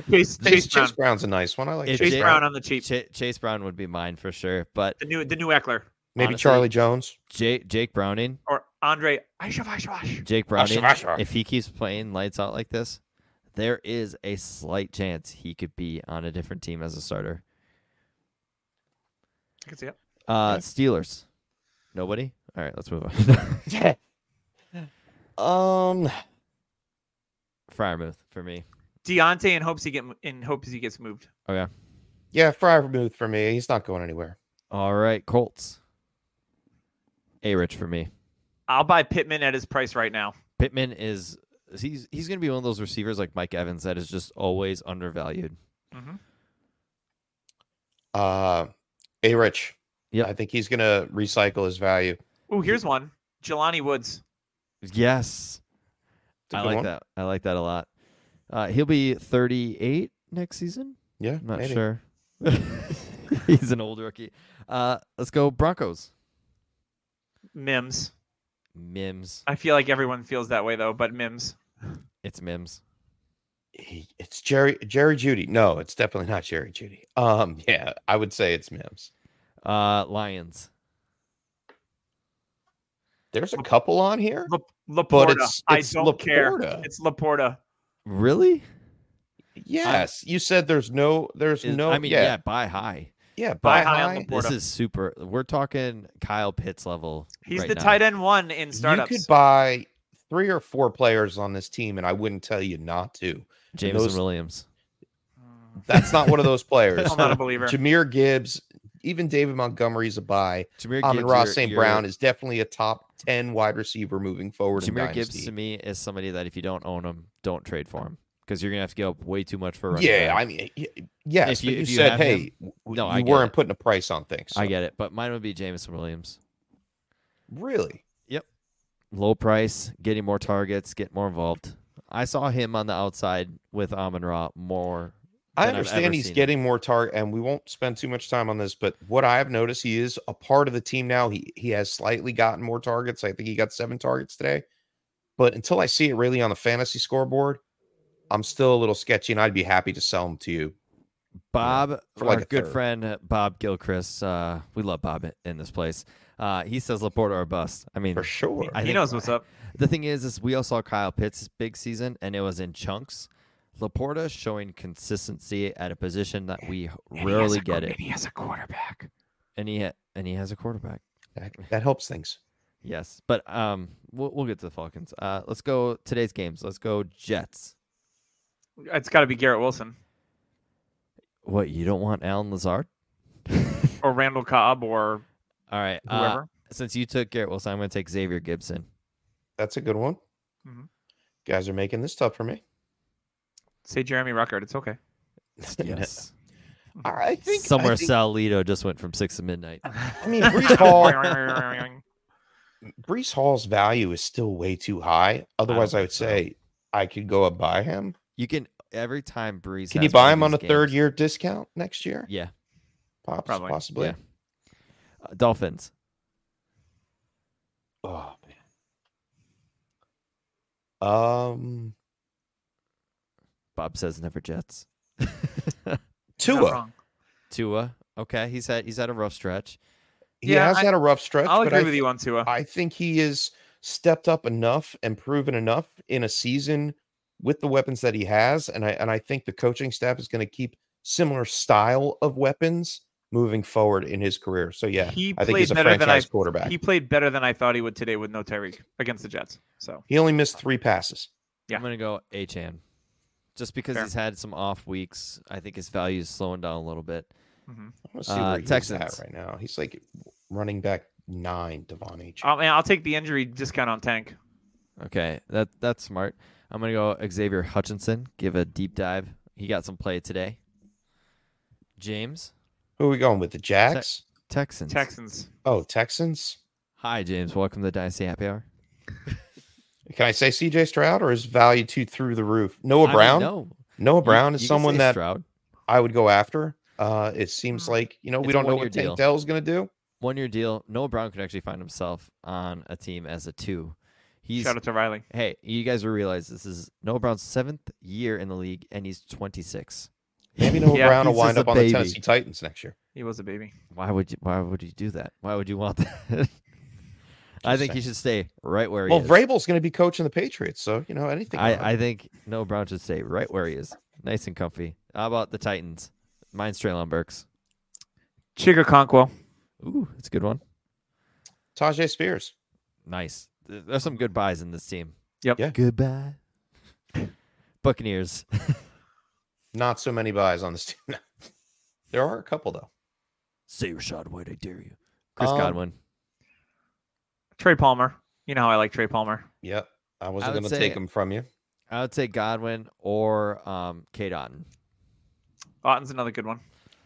[SPEAKER 1] Chase, Chase
[SPEAKER 3] Chase,
[SPEAKER 1] Brown.
[SPEAKER 3] Brown's a nice one. I like
[SPEAKER 2] If
[SPEAKER 3] Chase,
[SPEAKER 1] Chase
[SPEAKER 2] Jake-
[SPEAKER 1] Brown on the cheap.
[SPEAKER 2] Ch- Chase Brown would be mine for sure, but
[SPEAKER 1] The new the new Eckler
[SPEAKER 3] Maybe
[SPEAKER 2] honestly-
[SPEAKER 3] Charlie Jones.
[SPEAKER 2] J- Jake Browning,
[SPEAKER 1] or Andre Aishavash.
[SPEAKER 2] Jake
[SPEAKER 3] Rush,
[SPEAKER 2] Browning,
[SPEAKER 3] rush, rush.
[SPEAKER 2] if he keeps playing lights out like this, there is a slight chance he could be on a different team as a starter.
[SPEAKER 1] I can see it.
[SPEAKER 2] Uh, Steelers. Nobody? All right, let's move on.
[SPEAKER 3] um,
[SPEAKER 2] Fryermuth for me.
[SPEAKER 1] Deontay in hopes he get in hopes he gets moved.
[SPEAKER 3] yeah, Fryermuth for me. He's not going anywhere.
[SPEAKER 2] All right, Colts. A Rich for me.
[SPEAKER 1] I'll buy Pittman at his price right now.
[SPEAKER 2] Pittman is he's he's gonna be one of those receivers like Mike Evans that is just always undervalued.
[SPEAKER 1] Mhm.
[SPEAKER 3] Uh, A Rich.
[SPEAKER 2] Yep.
[SPEAKER 3] I think he's gonna recycle his value.
[SPEAKER 1] Ooh, here's one. Jelani Woods.
[SPEAKER 2] Yes.
[SPEAKER 3] It's a
[SPEAKER 2] I
[SPEAKER 3] good
[SPEAKER 2] like
[SPEAKER 3] one.
[SPEAKER 2] that. I like that a lot. Uh, he'll be 38 next season.
[SPEAKER 3] Yeah,
[SPEAKER 2] I'm not
[SPEAKER 3] maybe.
[SPEAKER 2] sure. he's an old rookie. Uh, let's go Broncos.
[SPEAKER 1] Mims.
[SPEAKER 2] Mims.
[SPEAKER 1] I feel like everyone feels that way though, but Mims.
[SPEAKER 2] It's Mims.
[SPEAKER 3] He- It's Jerry Jerry Judy. No, it's definitely not Jerry Judy. Um, yeah, I would say it's Mims.
[SPEAKER 2] Uh, Lions.
[SPEAKER 3] There's a couple on here,
[SPEAKER 1] La-
[SPEAKER 3] but
[SPEAKER 1] Laporta.
[SPEAKER 3] it's,
[SPEAKER 1] I
[SPEAKER 3] it's
[SPEAKER 1] don't care.
[SPEAKER 3] Laporta.
[SPEAKER 1] It's Laporta.
[SPEAKER 2] Really?
[SPEAKER 3] Yes, you said there's no, there's
[SPEAKER 2] Is-
[SPEAKER 3] no.
[SPEAKER 2] I mean, yeah.
[SPEAKER 3] yeah,
[SPEAKER 2] buy high.
[SPEAKER 3] yeah,
[SPEAKER 1] buy
[SPEAKER 3] buy
[SPEAKER 1] high on
[SPEAKER 3] high.
[SPEAKER 1] Laporta.
[SPEAKER 2] This is super. We're talking Kyle Pitts level.
[SPEAKER 1] He's
[SPEAKER 2] right
[SPEAKER 1] the
[SPEAKER 2] now.
[SPEAKER 1] tight end one in startups.
[SPEAKER 3] You could buy three or four players on this team, and I wouldn't tell you not to.
[SPEAKER 2] Jameson
[SPEAKER 3] those-
[SPEAKER 2] Williams.
[SPEAKER 1] Mm,
[SPEAKER 3] That's not one of those players.
[SPEAKER 1] I'm not a believer.
[SPEAKER 3] Jameer Gibbs, even David Montgomery's a buy.
[SPEAKER 2] Jameer
[SPEAKER 3] Amon
[SPEAKER 2] Gibbs,
[SPEAKER 3] Ross
[SPEAKER 2] you're-
[SPEAKER 3] St.
[SPEAKER 2] you're-
[SPEAKER 3] Brown is definitely a top 10 wide receiver moving forward. in
[SPEAKER 2] Jameer Gibbs
[SPEAKER 3] Dynasty.
[SPEAKER 2] to me is somebody that if you don't own him, don't trade for him because you're gonna have to give up way too much for a running.
[SPEAKER 3] Yeah,
[SPEAKER 2] back.
[SPEAKER 3] I mean, y- y- yes,
[SPEAKER 2] If
[SPEAKER 3] but
[SPEAKER 2] you-
[SPEAKER 3] you,
[SPEAKER 2] if you
[SPEAKER 3] said,
[SPEAKER 2] have
[SPEAKER 3] hey,
[SPEAKER 2] him-
[SPEAKER 3] w-
[SPEAKER 2] No,
[SPEAKER 3] you
[SPEAKER 2] Oh, I get
[SPEAKER 3] weren't
[SPEAKER 2] it.
[SPEAKER 3] putting a price on things.
[SPEAKER 2] I
[SPEAKER 3] so-
[SPEAKER 2] get it, but mine would be Jameson Williams.
[SPEAKER 3] really.
[SPEAKER 2] Low price, getting more targets, get more involved. I saw him on the outside with Amon Ra more.
[SPEAKER 3] I
[SPEAKER 2] than I've ever
[SPEAKER 3] understand he's
[SPEAKER 2] seen him.
[SPEAKER 3] getting more target, and we won't spend too much time on this. But what I have noticed, he is a part of the team now. He he has slightly gotten more targets. I think he got seven targets today. But until I see it really on the fantasy scoreboard, I'm still a little sketchy, and I'd be happy to sell him to you.
[SPEAKER 2] Bob,
[SPEAKER 3] for like
[SPEAKER 2] our
[SPEAKER 3] a
[SPEAKER 2] good
[SPEAKER 3] third.
[SPEAKER 2] friend uh, Bob Gilchrist. Uh, we love Bob i- in this place. Uh, he says Laporta or bust. I mean,
[SPEAKER 3] For sure.
[SPEAKER 2] I
[SPEAKER 1] he
[SPEAKER 2] think-
[SPEAKER 1] knows what's up.
[SPEAKER 2] The thing is, is we all saw Kyle Pitts' big season, and it was in chunks. Laporta showing consistency at a position that we rarely get it,
[SPEAKER 1] he has a quarterback.
[SPEAKER 2] and he ha- and he has a quarterback.
[SPEAKER 3] that, that helps things.
[SPEAKER 2] Yes, but um, we'll, we'll get to the Falcons. Uh, let's go today's games. Let's go Jets.
[SPEAKER 1] It's got to be Garrett Wilson
[SPEAKER 2] What you don't want, Alan Lazard?
[SPEAKER 1] or Randall Cobb or
[SPEAKER 2] All right. uh,
[SPEAKER 1] whoever.
[SPEAKER 2] since you took Garrett Wilson, I'm going to take Xavier Gibson.
[SPEAKER 3] That's a good one.
[SPEAKER 1] Mhm.
[SPEAKER 3] Guys are making this tough for me.
[SPEAKER 1] Say Jeremy Ruckert. It's okay.
[SPEAKER 2] Yes.
[SPEAKER 3] I I think I
[SPEAKER 2] Somewhere
[SPEAKER 3] think
[SPEAKER 2] Salido just went from six to midnight.
[SPEAKER 3] I mean, Brees Hall- Brees Hall's value is still way too high. Otherwise, I,
[SPEAKER 2] think
[SPEAKER 3] would
[SPEAKER 2] so.
[SPEAKER 3] say I could go up buy him.
[SPEAKER 2] You can every time Breeze.
[SPEAKER 3] Can you
[SPEAKER 2] has one
[SPEAKER 3] buy
[SPEAKER 2] of
[SPEAKER 3] him on a
[SPEAKER 2] these
[SPEAKER 3] third
[SPEAKER 2] games-
[SPEAKER 3] year discount next year?
[SPEAKER 2] Yeah.
[SPEAKER 3] Pops,
[SPEAKER 1] Probably,
[SPEAKER 3] possibly.
[SPEAKER 2] yeah. Uh, Dolphins.
[SPEAKER 3] Oh man. Um,
[SPEAKER 2] Bob says never Jets.
[SPEAKER 1] Not
[SPEAKER 3] Tua.
[SPEAKER 1] wrong.
[SPEAKER 2] Tua. Okay, he's had he's had a rough stretch.
[SPEAKER 3] He
[SPEAKER 1] Yeah,
[SPEAKER 3] has
[SPEAKER 1] I-
[SPEAKER 3] had a rough stretch,
[SPEAKER 1] I'll
[SPEAKER 3] but
[SPEAKER 1] agree
[SPEAKER 3] I,
[SPEAKER 1] with you on Tua.
[SPEAKER 3] I think he has stepped up enough and proven enough in a season with the weapons that he has, and I and I think the coaching staff is going to keep similar style of weapons moving forward in his career. So yeah,
[SPEAKER 1] He
[SPEAKER 3] I think
[SPEAKER 1] played
[SPEAKER 3] he's a
[SPEAKER 1] better than I-
[SPEAKER 3] franchise quarterback.
[SPEAKER 1] He
[SPEAKER 3] He,
[SPEAKER 1] played better than I thought he would today with no Tyreek against the Jets. So
[SPEAKER 3] only missed three passes.
[SPEAKER 1] Yeah.
[SPEAKER 2] I'm gonna go Achan, just because
[SPEAKER 1] Fair.
[SPEAKER 2] he's had some off weeks. I think his value is slowing down a little bit.
[SPEAKER 1] Mhm.
[SPEAKER 3] I want to see
[SPEAKER 2] Uh,
[SPEAKER 3] where he's
[SPEAKER 2] Texans.
[SPEAKER 3] at right now. He's like running back nine, Devon H.
[SPEAKER 1] Oh man, I'll take the injury discount on Tank.
[SPEAKER 2] Okay, that that's smart. I'm gonna go Xavier Hutchinson. Give a deep dive. He got some play today. James
[SPEAKER 3] Who are we going with? The Jags?
[SPEAKER 2] Texans.
[SPEAKER 1] Texans.
[SPEAKER 3] Oh, Texans.
[SPEAKER 2] Hi, James. Welcome to Dynasty Happy Hour.
[SPEAKER 3] Can I say CJ Stroud or is value two through the roof? Noah
[SPEAKER 2] I mean,
[SPEAKER 3] Brown?
[SPEAKER 2] no,
[SPEAKER 3] Noah
[SPEAKER 2] You-
[SPEAKER 3] Brown
[SPEAKER 2] you
[SPEAKER 3] is
[SPEAKER 2] can
[SPEAKER 3] someone
[SPEAKER 2] say
[SPEAKER 3] that
[SPEAKER 2] Stroud.
[SPEAKER 3] I would go after. Uh, it seems like you know we
[SPEAKER 2] Mm, It's a
[SPEAKER 3] don't know
[SPEAKER 2] one-year
[SPEAKER 3] what Tank
[SPEAKER 2] deal.
[SPEAKER 3] Dell's going to do.
[SPEAKER 2] one year deal. Noah Brown could actually find himself on a team as a two. He's
[SPEAKER 1] Shout out to Riley.
[SPEAKER 2] hey, you guys will realize this is Noah Brown's seventh year in the league, and he's 26.
[SPEAKER 3] Maybe Noah
[SPEAKER 1] Yeah,
[SPEAKER 3] Brown will
[SPEAKER 2] he's just
[SPEAKER 3] wind
[SPEAKER 2] a
[SPEAKER 3] up on
[SPEAKER 2] baby.
[SPEAKER 3] the Tennessee Titans next year.
[SPEAKER 1] He was a baby.
[SPEAKER 2] Why would you? Why would you do that? Why would you want that? I think he should stay right where he
[SPEAKER 3] Well,
[SPEAKER 2] is.
[SPEAKER 3] Vrabel's going to be coaching the Patriots, so you know anything. can
[SPEAKER 2] I,
[SPEAKER 3] happen.
[SPEAKER 2] I think Noah Brown should stay right where he is, nice and comfy. How about the Titans? Mine's Traylon Burks.
[SPEAKER 1] Chigakonkwo.
[SPEAKER 2] Ooh, it's a good one.
[SPEAKER 3] Tajay Spears.
[SPEAKER 2] Nice. Th- There's some good buys in this team.
[SPEAKER 1] Yep.
[SPEAKER 3] Yeah.
[SPEAKER 2] Goodbye. Buccaneers.
[SPEAKER 3] Not so many buys on this team. No. there are a couple though.
[SPEAKER 2] Say Rashad White, I dare you. Chris
[SPEAKER 3] Um,
[SPEAKER 2] Godwin.
[SPEAKER 1] Trey Palmer. You know how I like Trey Palmer.
[SPEAKER 3] Yep, I wasn't
[SPEAKER 2] would
[SPEAKER 3] going to take
[SPEAKER 2] say-
[SPEAKER 3] them from you.
[SPEAKER 2] I would say Godwin or um, Kate Otten.
[SPEAKER 1] Otten's another good one.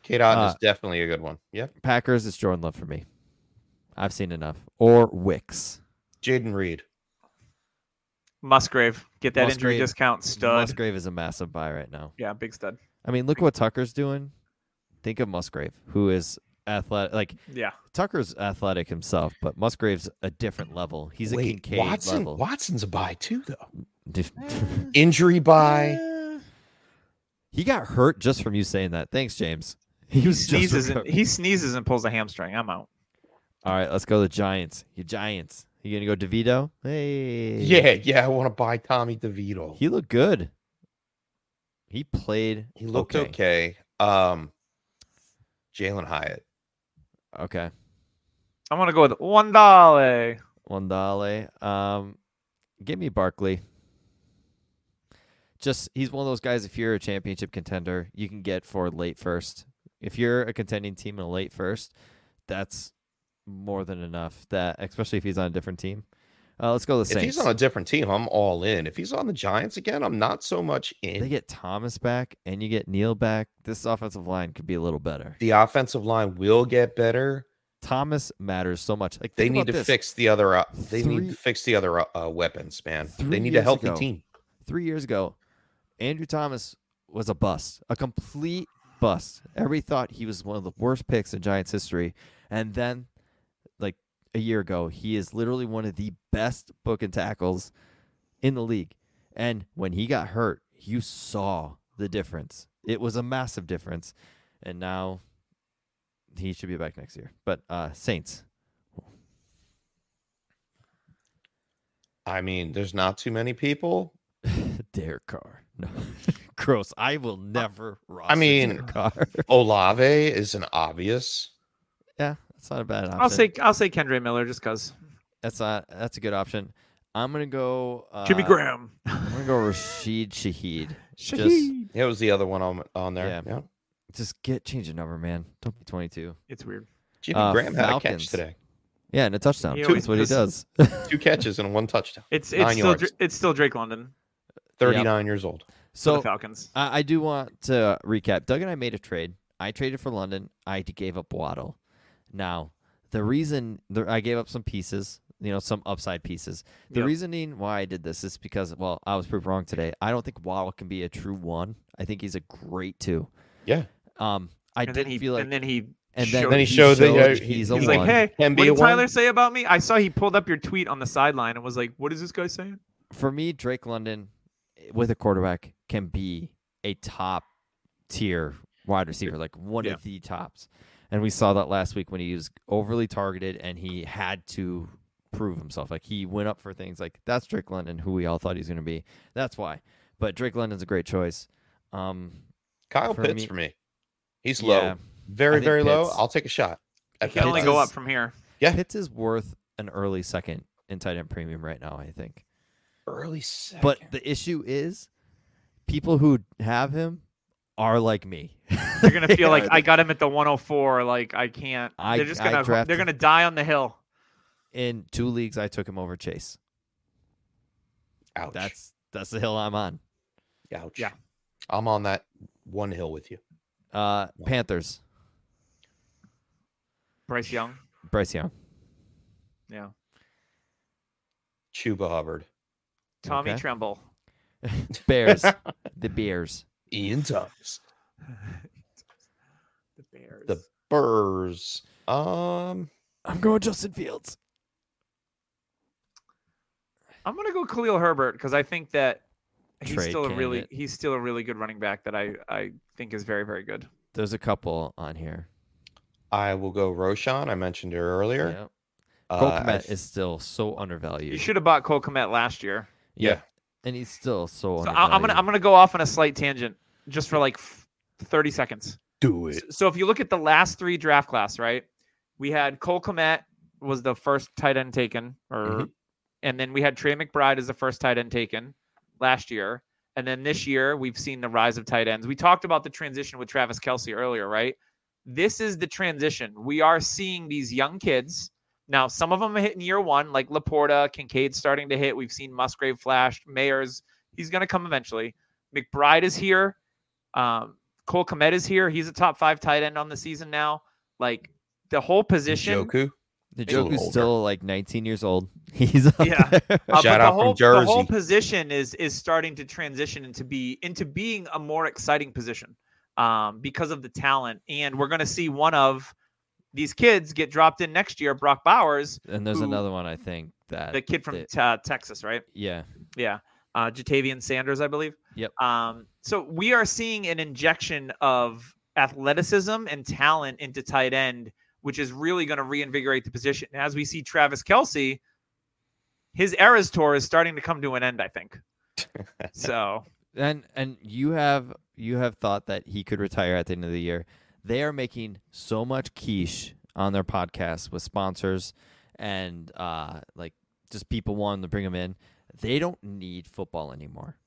[SPEAKER 3] Kate Otten
[SPEAKER 2] Uh,
[SPEAKER 3] is definitely a good one. Yep,
[SPEAKER 2] Packers is Jordan Love for me. I've seen enough. Or Wicks.
[SPEAKER 3] Jaden Reed.
[SPEAKER 1] Musgrave. Get that injury
[SPEAKER 2] Musgrave.
[SPEAKER 1] discount stud.
[SPEAKER 2] Musgrave is a massive buy right now.
[SPEAKER 1] Yeah, big stud.
[SPEAKER 2] I mean, look what Tucker's doing. Think of Musgrave, who is athletic. Like
[SPEAKER 1] Yeah.
[SPEAKER 2] Tucker's athletic himself, but Musgrave's a different level. He's a Kincaid
[SPEAKER 3] Watson.
[SPEAKER 2] level.
[SPEAKER 3] Watson's a buy too though.
[SPEAKER 2] Dif-
[SPEAKER 3] Injury buy.
[SPEAKER 1] Uh,
[SPEAKER 2] he got hurt just from you saying that. Thanks, James. He
[SPEAKER 1] he
[SPEAKER 2] was just
[SPEAKER 1] sneezes and
[SPEAKER 2] recovering.
[SPEAKER 1] he sneezes and pulls a hamstring. I'm out.
[SPEAKER 2] All right, let's go to the Giants. You Giants. You gonna go DeVito? Hey.
[SPEAKER 3] Yeah, yeah. I want to buy Tommy DeVito.
[SPEAKER 2] He looked good. He played.
[SPEAKER 3] He looked okay. Um, Jalen Hyatt.
[SPEAKER 2] Okay.
[SPEAKER 1] I want to go with one dollar.
[SPEAKER 2] Wandale. Um, give me Barkley. Just he's one of those guys. If you're a championship contender, you can get for late first. If you're a contending team in a late first, that's more than enough. That especially if he's on a different team. Uh, let's go to the
[SPEAKER 3] If
[SPEAKER 2] Saints.
[SPEAKER 3] he's on a different team, I'm all in. If he's on the Giants again, I'm not so much in.
[SPEAKER 2] they get Thomas back and you get Neal back. This offensive line could be a little better.
[SPEAKER 3] the offensive line will get better.
[SPEAKER 2] Thomas matters so much. Like
[SPEAKER 3] They
[SPEAKER 2] think
[SPEAKER 3] need
[SPEAKER 2] about
[SPEAKER 3] to
[SPEAKER 2] this.
[SPEAKER 3] fix the other. Uh, they
[SPEAKER 2] Three-
[SPEAKER 3] need to fix the other uh, uh, weapons, man.
[SPEAKER 2] Three
[SPEAKER 3] They need a
[SPEAKER 2] years
[SPEAKER 3] healthy
[SPEAKER 2] ago.
[SPEAKER 3] team.
[SPEAKER 2] three years ago, Andrew Thomas was a bust, a complete bust. Everybody thought he was one of the worst picks in Giants history. And then, like a year ago, he is literally one of the best book and tackles in the league. And when he got hurt, you saw the difference. It was a massive difference. And now he should be back next year. But uh Saints.
[SPEAKER 3] I mean, there's not too many people.
[SPEAKER 2] Derek Carr. No. Gross. I will never roster
[SPEAKER 3] mean-
[SPEAKER 2] Derek Carr.
[SPEAKER 3] Olave is an obvious.
[SPEAKER 2] Yeah, that's not a bad option.
[SPEAKER 1] I'll say I'll say Kendra Miller just cause.
[SPEAKER 2] that's not that's a good option. I'm gonna go uh,
[SPEAKER 1] Jimmy Graham.
[SPEAKER 2] I'm gonna go Rashid Shaheed. Just
[SPEAKER 1] Shaheed.
[SPEAKER 3] It was the other one on on there.
[SPEAKER 2] Yeah.
[SPEAKER 3] Yeah.
[SPEAKER 2] just get change your number, man. Don't be 22.
[SPEAKER 1] It's weird.
[SPEAKER 3] Jimmy
[SPEAKER 2] Uh,
[SPEAKER 3] Graham had a catch
[SPEAKER 2] Falcons.
[SPEAKER 3] today.
[SPEAKER 2] Yeah, and a touchdown.
[SPEAKER 1] He
[SPEAKER 2] too.
[SPEAKER 1] always
[SPEAKER 2] That's what he does.
[SPEAKER 1] does.
[SPEAKER 3] Two catches and one touchdown.
[SPEAKER 1] It's it's
[SPEAKER 3] Nine
[SPEAKER 1] still
[SPEAKER 3] yards.
[SPEAKER 1] Dra- it's still Drake London
[SPEAKER 3] Thirty nine years old.
[SPEAKER 1] for
[SPEAKER 2] so
[SPEAKER 1] the Falcons.
[SPEAKER 2] I, I do want to recap. Doug and I made a trade. I traded for London. I d- gave up Waddle. Now, the reason the, I gave up some pieces, you know, some upside pieces. The
[SPEAKER 1] Yep.
[SPEAKER 2] reasoning why I did this is because, well, I was proved wrong today. I don't think Waddle can be a true one. I think he's a great two.
[SPEAKER 3] Yeah.
[SPEAKER 2] Um, I
[SPEAKER 1] and
[SPEAKER 2] didn't
[SPEAKER 1] then he
[SPEAKER 2] feel like,
[SPEAKER 1] and then he
[SPEAKER 2] and then,
[SPEAKER 1] showed-
[SPEAKER 3] Then he showed that, yeah, he-
[SPEAKER 2] he's a
[SPEAKER 1] he's
[SPEAKER 2] one.
[SPEAKER 3] the
[SPEAKER 1] like, hey,
[SPEAKER 3] Can
[SPEAKER 1] what
[SPEAKER 3] be
[SPEAKER 1] did
[SPEAKER 3] a one.
[SPEAKER 1] Tyler say about me? I saw he pulled up your tweet on the sideline and was like, "What is this guy saying?"
[SPEAKER 2] for me, Drake London eh, with a quarterback can be a top tier wide receiver, like one
[SPEAKER 1] Yeah.
[SPEAKER 2] of the tops. And we saw that last week when he was overly targeted and he had to prove himself. Like he went up for things like that's Drake London, who we all thought he was going to be. That's why. But Drake London's a great choice. Um,
[SPEAKER 3] Kyle
[SPEAKER 2] For
[SPEAKER 3] Pitts
[SPEAKER 2] me-
[SPEAKER 3] for me. He's
[SPEAKER 2] yeah.
[SPEAKER 3] low. Very
[SPEAKER 2] think
[SPEAKER 3] very low.
[SPEAKER 2] Pitts-
[SPEAKER 3] I'll take a shot. at
[SPEAKER 1] He can only
[SPEAKER 3] Pitts.
[SPEAKER 1] go
[SPEAKER 2] does.
[SPEAKER 1] up from here.
[SPEAKER 3] Yeah.
[SPEAKER 2] Pitts is worth an early second in tight end premium right now. I think.
[SPEAKER 3] early second.
[SPEAKER 2] But the issue is, people who have him are like me. They're
[SPEAKER 1] They're gonna feel like I got him at the 104. Like I can't.
[SPEAKER 2] I-
[SPEAKER 1] they're just
[SPEAKER 2] I
[SPEAKER 1] gonna.
[SPEAKER 2] drafted-
[SPEAKER 1] They're gonna die on the hill.
[SPEAKER 2] in two leagues. I took him over Chase.
[SPEAKER 3] ouch.
[SPEAKER 2] That's that's the hill I'm on.
[SPEAKER 3] ouch.
[SPEAKER 1] yeah.
[SPEAKER 3] I'm on that one hill with you.
[SPEAKER 2] Uh, Panthers,
[SPEAKER 1] Bryce Young.
[SPEAKER 2] Bryce Young.
[SPEAKER 1] Yeah.
[SPEAKER 3] Chuba Hubbard.
[SPEAKER 1] Tommy
[SPEAKER 2] Okay.
[SPEAKER 1] Tremble.
[SPEAKER 2] Bears, the Bears.
[SPEAKER 3] Ian Tuffs.
[SPEAKER 1] The Bears.
[SPEAKER 3] The Burrs. Um
[SPEAKER 2] I'm going Justin Fields.
[SPEAKER 1] I'm gonna go Khalil Herbert because I think that he's
[SPEAKER 2] Trade
[SPEAKER 1] still a really
[SPEAKER 2] candidate.
[SPEAKER 1] he's still a really good running back that I I think is very very good.
[SPEAKER 2] There's a couple on here.
[SPEAKER 3] I will go Roshan. I mentioned her earlier.
[SPEAKER 2] Yep.
[SPEAKER 3] Uh,
[SPEAKER 2] Cole
[SPEAKER 3] I
[SPEAKER 2] Kmet
[SPEAKER 3] th-
[SPEAKER 2] is still so
[SPEAKER 1] You
[SPEAKER 2] undervalued.
[SPEAKER 1] should have bought Cole Komet last year.
[SPEAKER 3] yeah.
[SPEAKER 2] and he's still so.
[SPEAKER 1] So I, am gonna I'm gonna go off on a slight tangent just for like f- 30 seconds.
[SPEAKER 3] Do
[SPEAKER 1] S- So if you look at the last three draft class, right? We had Cole Komet was the first tight end taken, or
[SPEAKER 3] Mhm.
[SPEAKER 1] and then we had Trey McBride as the first tight end taken last year. And then this year we've seen the rise of tight ends. We talked about the transition with Travis Kelsey earlier, right? This is the transition. We are seeing these young kids. Now, some of them are hitting year one, like Laporta, Kincaid starting to hit. We've seen Musgrave flash, Mayers. He's going to come eventually. McBride is here. Um, Cole Komet is here. He's a top five tight end on the season now. Like the whole position.
[SPEAKER 3] Joku.
[SPEAKER 2] The
[SPEAKER 3] He's a little
[SPEAKER 2] Joku's
[SPEAKER 3] older.
[SPEAKER 2] still like 19 years old. He's up
[SPEAKER 1] Yeah.
[SPEAKER 2] there.
[SPEAKER 1] Uh, but
[SPEAKER 3] Shout
[SPEAKER 1] the
[SPEAKER 3] out from
[SPEAKER 1] whole- The whole
[SPEAKER 3] Jersey.
[SPEAKER 1] position is is starting to transition into be into being a more exciting position um, because of the talent, and we're going to see one of these kids get dropped in next year. Brock Bowers,
[SPEAKER 2] And there's
[SPEAKER 1] who-
[SPEAKER 2] another one I think that
[SPEAKER 1] the kid from
[SPEAKER 2] the-
[SPEAKER 1] Te- Texas, right?
[SPEAKER 2] yeah,
[SPEAKER 1] Yeah. Uh, Jatavian Sanders, I believe.
[SPEAKER 2] Yep.
[SPEAKER 1] Um, so we are seeing an injection of athleticism and talent into tight end, which is really going to reinvigorate the position. And As we see Travis Kelsey, his eras tour is starting to come to an end, I think. so
[SPEAKER 2] and and you have you have thought that he could retire at the end of the year. They are making so much quiche on their podcast with sponsors and uh like just people wanting to bring him in. They don't need football anymore.